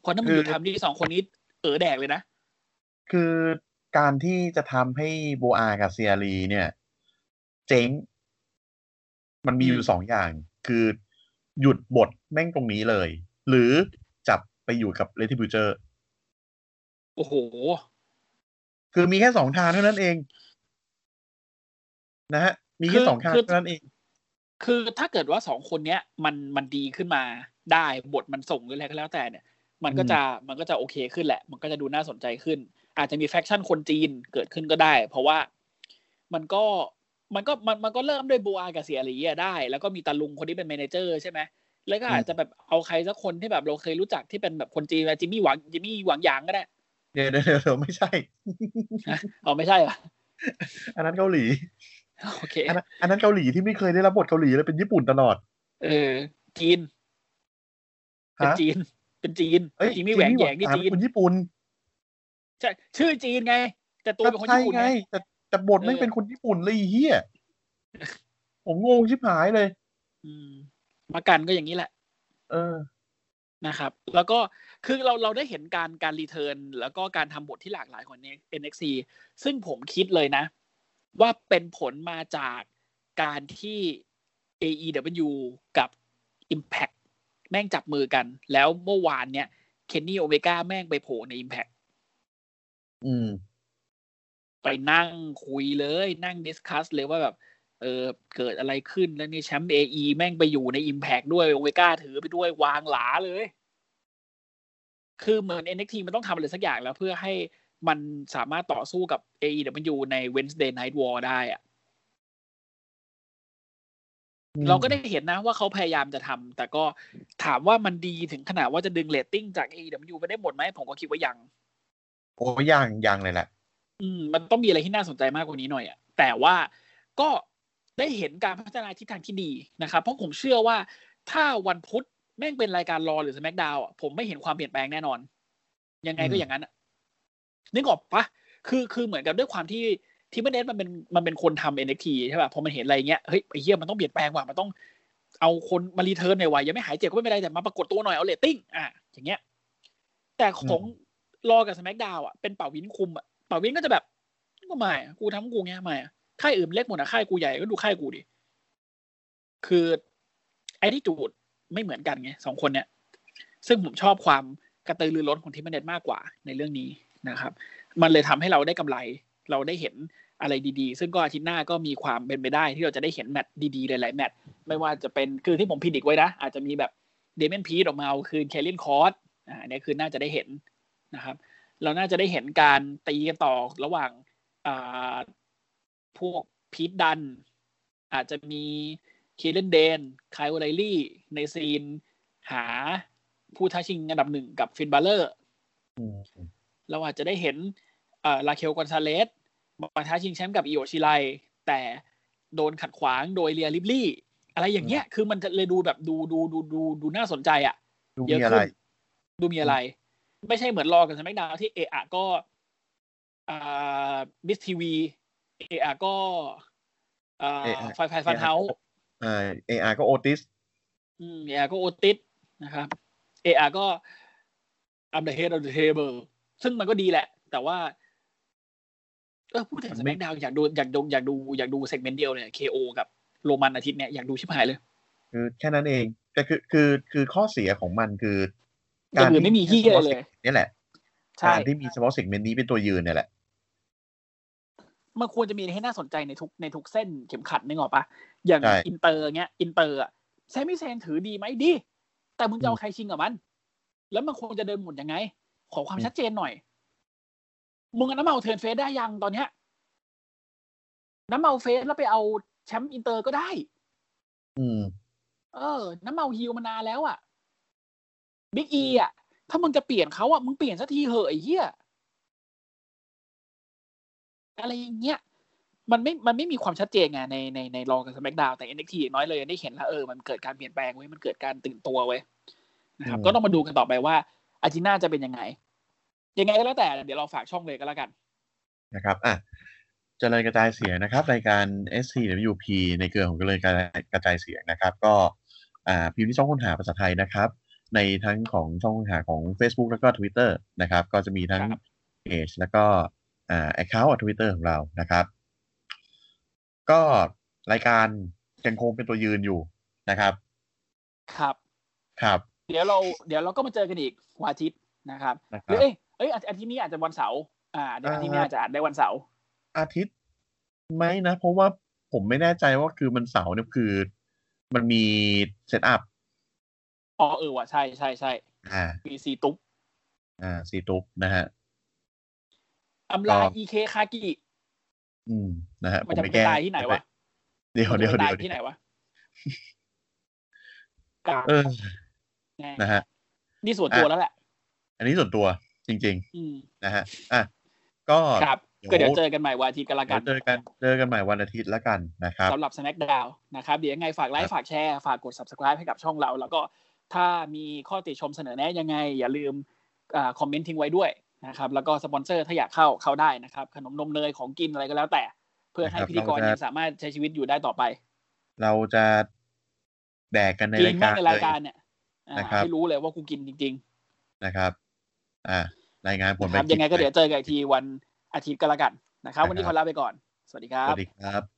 [SPEAKER 3] เพราะถ้ามึงหยุดทำนี่สองคนนี้เออแดกเลยนะ
[SPEAKER 2] คือการที่จะทำให้โบอากับเซียรีเนี่ย เจ๊ง มันมีอ
[SPEAKER 3] อื
[SPEAKER 2] ยู่
[SPEAKER 3] ม
[SPEAKER 2] สองอย่าง คือหยุดบทแม่งตรงนี้เลย หรือจับไปอยู่กับเ e ทิบิวเจอร์
[SPEAKER 3] โอ้โห
[SPEAKER 2] คือมีแค่สองทางเท่านั้นเอง นะฮะ มีแค่
[SPEAKER 3] คือ
[SPEAKER 2] สองทาง
[SPEAKER 3] คือ
[SPEAKER 2] เท่านั้นเอง
[SPEAKER 3] คือถ้าเกิดว่าสองคนเนี้ยมันมันดีขึ้นมาได้บทมันส่งหรืออะไรก็แล้วแต่เนี่ย มันก็จะมันก็จะโอเคขึ้นแหละ มันก็จะดูน่าสนใจขึ้น อาจจะมีแฟคชั่นคนจีนเกิดขึ้นก็ได้ เพราะว่ามันก็มันก็มันมันก็เริ่มด้วยบัวกับเสียหลีอะได้ แล้วก็มีตาลุงคนที่เป็นเมเนเจอร์ใช่ไหมแล้วก็อาจจะแบบเอาใครสักคนที่แบบเราเคยรู้จักที่เป็นแบบคนจีนแบบจิมมี่หวังจิมมี่หวังหยางก็ได้
[SPEAKER 2] เดี๋ยวเดี๋ยวเดี๋ยวไม่ใช่
[SPEAKER 3] อ๋อไม่ใช่เหรอ
[SPEAKER 2] อันนั้นเกาหลี
[SPEAKER 3] โอเค
[SPEAKER 2] อันนั้นอันนั้นเกาหลีที่ไม่เคยได้รับบทเกาหลีเลยเป็นญี่ปุ่นตลอด
[SPEAKER 3] เออจีนเป็น
[SPEAKER 2] ฮะ
[SPEAKER 3] จีน เป็นจีน
[SPEAKER 2] เอ้ย
[SPEAKER 3] จิมมี่แหวงแหยงนี่
[SPEAKER 2] อ่ะ
[SPEAKER 3] จีน
[SPEAKER 2] เป็นคนญี่ปุ่น
[SPEAKER 3] ใช่ชื่อจีนไง แต่ตัวเป็นคนญี่ปุ่น
[SPEAKER 2] ใช่
[SPEAKER 3] ไง
[SPEAKER 2] ไงแต่แต่บทไม่ง
[SPEAKER 3] เออ
[SPEAKER 2] เป็นคนญี่ปุ่นเลยไอ้เฮียผมงงชิบหายเลย
[SPEAKER 3] อืมมากันก็อย่างนี้แหละ
[SPEAKER 2] เออ
[SPEAKER 3] นะครับ แล้วก็คือเราเราได้เห็นการการรีเทิร์นแล้วก็การทำบทที่หลากหลายของ NXT ซึ่งผมคิดเลยนะ ว่าเป็นผลมาจากการที่ AEW กับ Impact แม่งจับมือกัน แล้วเมื่อวานเนี่ยเคนนี่โอเมกาแม่งไปโผล่ใน Impact
[SPEAKER 2] อืม
[SPEAKER 3] ไปนั่งคุยเลย นั่งดิสคัสเลยว่าแบบ เออเกิดอะไรขึ้นแล้วนี่แชมป์เอีแม่งไปอยู่ใน Impact ด้วยโอเวก้าถือไปด้วยวางหลาเลย คือเหมือน NXT มันต้องทำอะไรสักอย่างแล้วเพื่อให้มันสามารถต่อสู้กับ AEW ใน Wednesday Night War ได้อะเราก็ได้เห็นนะว่าเขาพยายามจะทำแต่ก็ถามว่ามันดีถึงขนาดว่าจะดึงเรตติ้งจาก AEW ไปได้หมดไหมผมก็คิดว่ายัง
[SPEAKER 2] โอ้ยางยางเลยแหละ
[SPEAKER 3] อืมมันต้องมีอะไรที่น่าสนใจมากกว่านี้หน่อยอะแต่ว่าก็ได้เห็นการพัฒนาทิศทางที่ดีนะครับ เพราะผมเชื่อว่าถ้าวันพุธแม่งเป็นรายการรอหรือสแมกดาวผมไม่เห็นความเปลี่ยนแปลงแน่นอน ยังไงก็
[SPEAKER 2] อืม
[SPEAKER 3] อย่างนั้นอะนึกออกปะคือคือเหมือนกับด้วยความที่ที่เมเนสมันเป็นมันเป็นคนทำ NXT ใช่ป่ะพอมันเห็นอะไรเงี้ยเฮ้ยไอ้เหี้ยมันต้องเปลี่ยนแปลงว่ะมันต้องเอาคนมารีเทิร์นหน่อยว่ะยังไม่หายเจ็บก็ไม่เป็นไรแต่มาปรากฏตัวหน่อยเอาเรตติ้งอ่ะอย่างเงี้ย แต่ของรอกับสแมกดาวอ่ะเป็นเป่าวินคุมอ่ะเป่าวินก็จะแบบก็ไม่อะกูทำของกูเงี้ยไม่อะ ค่ายอื่นเล็กหมดนะค่ายกูใหญ่ก็ดูค่ายกูดิ คือไอ้ที่จูดไม่เหมือนกันไงสองคนเนี่ย ซึ่งผมชอบความกระตือรือร้นของทีมเน็ตมากกว่าในเรื่องนี้นะครับ มันเลยทำให้เราได้กำไร เราได้เห็นอะไรดีๆ ซึ่งก็อาทิตย์หน้าก็มีความเป็นไปได้ที่เราจะได้เห็นแมตช์ดีๆหลายๆแมตช์ไม่ว่าจะเป็นคือที่ผมพิดิกไว้นะ อาจจะมีแบบเดเมนพีดออกมาเอาคืนแคลรินคอร์สอ่าอันนี้คือน่าจะได้เห็นนะครับ เราน่าจะได้เห็นการตีกันต่อระหว่างอ่าพวกพีทดัน อาจจะมีเคเลนเดนไคลโอไลลี่ ในซีน หาผู้ท้าชิงอันดับหนึ่งกับฟินบัลเลอร์
[SPEAKER 2] อืม
[SPEAKER 3] เราอาจจะได้เห็นลาเคลกอนซาเลสมาท้าชิงแชมป์กับอิโอชิไลแต่โดนขัดขวางโดยเรียลิบลี่ อะไรอย่างเงี้ย คือมันจะเลยดูแบบดูดูดูดูดูน่าสนใจอ่ะ
[SPEAKER 2] ดู
[SPEAKER 3] เยอะ
[SPEAKER 2] มีอะไร
[SPEAKER 3] ขึ้น ดูมีอะไร ไม่ใช่เหมือนรอกับสมักดาวที่เอะอะก็บิสทีวีเอะอะก็
[SPEAKER 2] เอะอะ
[SPEAKER 3] ไฟไฟฟันเฮาส์
[SPEAKER 2] อ่าเออาก็โอติส
[SPEAKER 3] เอะอะก็โอติสนะครับเอะอะก็อัมเดอร์เฮดอัมเดอร์เทเบิลซึ่งมันก็ดีแหละ แต่ว่า เออพูดถึงสมักดาวอยากดูอยากดูอยากดูอยากดูเซกเมนต์เดียวเลยเคโอกับโรมันอาทิตย์เนี่ยอยากดูชิบหายเลย
[SPEAKER 2] คือแค่นั้นเองแต่คือคือคือข้อเสียของมันคือ
[SPEAKER 3] อย่างอื่นไม่มีที่เลย
[SPEAKER 2] นี่แหละ
[SPEAKER 3] ใช่
[SPEAKER 2] การที่มีเฉพาะสิ่งเมนนี้เป็นตัวยืนเนี่ยแหละ
[SPEAKER 3] มันควรจะมีให้น่าสนใจในทุกในทุกเส้นเข็มขัดนึกออกปะอย่าง
[SPEAKER 2] ใช่
[SPEAKER 3] อินเตอร์เงี้ยอินเตอร์อะแซมมี่เซนถือดีไหมดี แต่มึงจะเอาใครชิงกับมัน แล้วมันควรจะเดินหมุนยังไง ขอความชัดเจนหน่อย มึงเอาน้ำเมาเทิร์นเฟสได้ยังตอนเนี้ยน้ำเมาเฟสแล้วไปเอาแชมป์อินเตอร์ก็ได้
[SPEAKER 2] อืม
[SPEAKER 3] เออ น้ำเมาฮิวมานานแล้วอ่ะบิ๊กอีอ่ะ ถ้ามึงจะเปลี่ยนเขาอ่ะ มึงเปลี่ยนสักทีเหอะไอ้เหี้ย อะไรอย่างเงี้ย มันไม่ มันไม่มีความชัดเจนไงในในในรอกับสมักดาวแต่ NXT อย่างน้อยเลยได้เห็นแล้วเออ มันเกิดการเปลี่ยนแปลงเว้ย มันเกิดการตื่นตัวเว้ยนะครับ
[SPEAKER 2] อืม
[SPEAKER 3] ก็ต้องมาดูกันต่อไปว่า อาทิตย์หน้าจะเป็นยังไง ยังไงก็แล้วแต่ เดี๋ยวเราฝากช่องเลยก็แล้วกัน
[SPEAKER 2] นะครับอ่ะเจริญกระจายเสียงนะครับ รายการ SCWP ในเครือของเจริญกระจายกระจายเสียงนะครับ ก็อ่าพิมพ์ที่ช่องค้นหาภาษาไทยนะครับ ในทั้งของช่องค้นหาของ Facebook แล้วก็ Twitter นะครับ ก็จะมีทั้ง
[SPEAKER 3] ครับ
[SPEAKER 2] เพจแล้วก็อ่าแอคเคาท์ทวิตเตอร์ของเรานะครับ ก็รายการยังคงเป็นตัวยืนอยู่นะครับ
[SPEAKER 3] ครับ
[SPEAKER 2] ครับ
[SPEAKER 3] เดี๋ยวเรา เดี๋ยวเราก็มาเจอกันอีกวันอาทิตย์นะครับ
[SPEAKER 2] นะค
[SPEAKER 3] ห
[SPEAKER 2] รั
[SPEAKER 3] รือบ เอ้ยเอ้ยอาทิตย์อาทิตย์นี้อาจจะวันเสาร์ อ่าเดี๋ยวอาทิตย์นี้อาจจะอัดได้วันเสาร์
[SPEAKER 2] อาทิตย์ไหมนะ เพราะว่าผมไม่แน่ใจว่าคือมันเสาร์เนี่ยคือ มันมีเซตอัพ
[SPEAKER 3] อ๋อเออว่ะใช่ใช่ใช่
[SPEAKER 2] อ่า
[SPEAKER 3] มีซีตุ๊บ
[SPEAKER 2] อ่าซีตุกนะฮะ
[SPEAKER 3] อำลา
[SPEAKER 2] ครับ
[SPEAKER 3] EK คากิ
[SPEAKER 2] อืมนะฮะผ
[SPEAKER 3] มัน
[SPEAKER 2] ม
[SPEAKER 3] จะ
[SPEAKER 2] ไป
[SPEAKER 3] ไป
[SPEAKER 2] แก้
[SPEAKER 3] ตายที่ไหนวะ
[SPEAKER 2] เดี๋ยว
[SPEAKER 3] มัน
[SPEAKER 2] เดี๋ยว
[SPEAKER 3] จะ
[SPEAKER 2] เดี๋
[SPEAKER 3] ไปตาย
[SPEAKER 2] ยว
[SPEAKER 3] ที่ไหนวะกลาง
[SPEAKER 2] เออ
[SPEAKER 3] แน่
[SPEAKER 2] นะฮะ
[SPEAKER 3] นี่ส่วนตัวแล้วแหละ
[SPEAKER 2] อันนี้ส่วนตัวจริง
[SPEAKER 3] อืม
[SPEAKER 2] ๆ นะฮะอ่ะก็
[SPEAKER 3] ครับ ก็เดี๋ยวเจอกันใหม่วันอาทิตย์กันละ
[SPEAKER 2] เดี๋
[SPEAKER 3] กั
[SPEAKER 2] ยวเจ
[SPEAKER 3] น
[SPEAKER 2] อกันเจอกันใหม่วันอาทิตย์แล้วกันนะครับ
[SPEAKER 3] สำหรับ Snack Down นะครับ เดี๋ยวยังไงฝากไล
[SPEAKER 2] ครับ
[SPEAKER 3] ค์ฝากแชร์ ฝากกด subscribe ให้กับช่องเรา แล้วก็ถ้ามีข้อติชมเสนอแนะยังไง อย่าลืมคอมเมนต์ทิ้งไว้ด้วยนะครับ แล้วก็สปอนเซอร์ถ้าอยากเข้าเข้าได้นะครับ ขนมนมเนยของกินอะไรก็แล้วแต่ เพื่อให้พิธีกรยังสามารถใช้ชีวิตอยู่ได้ต่อไป
[SPEAKER 2] เราจะแดกกันใน
[SPEAKER 3] กิ
[SPEAKER 2] ราน ย
[SPEAKER 3] มา
[SPEAKER 2] การ
[SPEAKER 3] ก
[SPEAKER 2] เลย
[SPEAKER 3] ในรายการเนี่ยอ่า
[SPEAKER 2] นะครับ
[SPEAKER 3] ให้รู้เลยว่ากูกินจริง
[SPEAKER 2] นะครับ อ่า รายงานผล
[SPEAKER 3] ๆค
[SPEAKER 2] ป
[SPEAKER 3] รับ
[SPEAKER 2] คลิป
[SPEAKER 3] ยังไงก็เดี๋ยวเจอกันอีกทีวันอาทิตย์ก็แล้วกันนะครับ วันนี้ขอลาไปก่อน สวัสดีค
[SPEAKER 2] ส
[SPEAKER 3] รับ
[SPEAKER 2] วัสดีครับ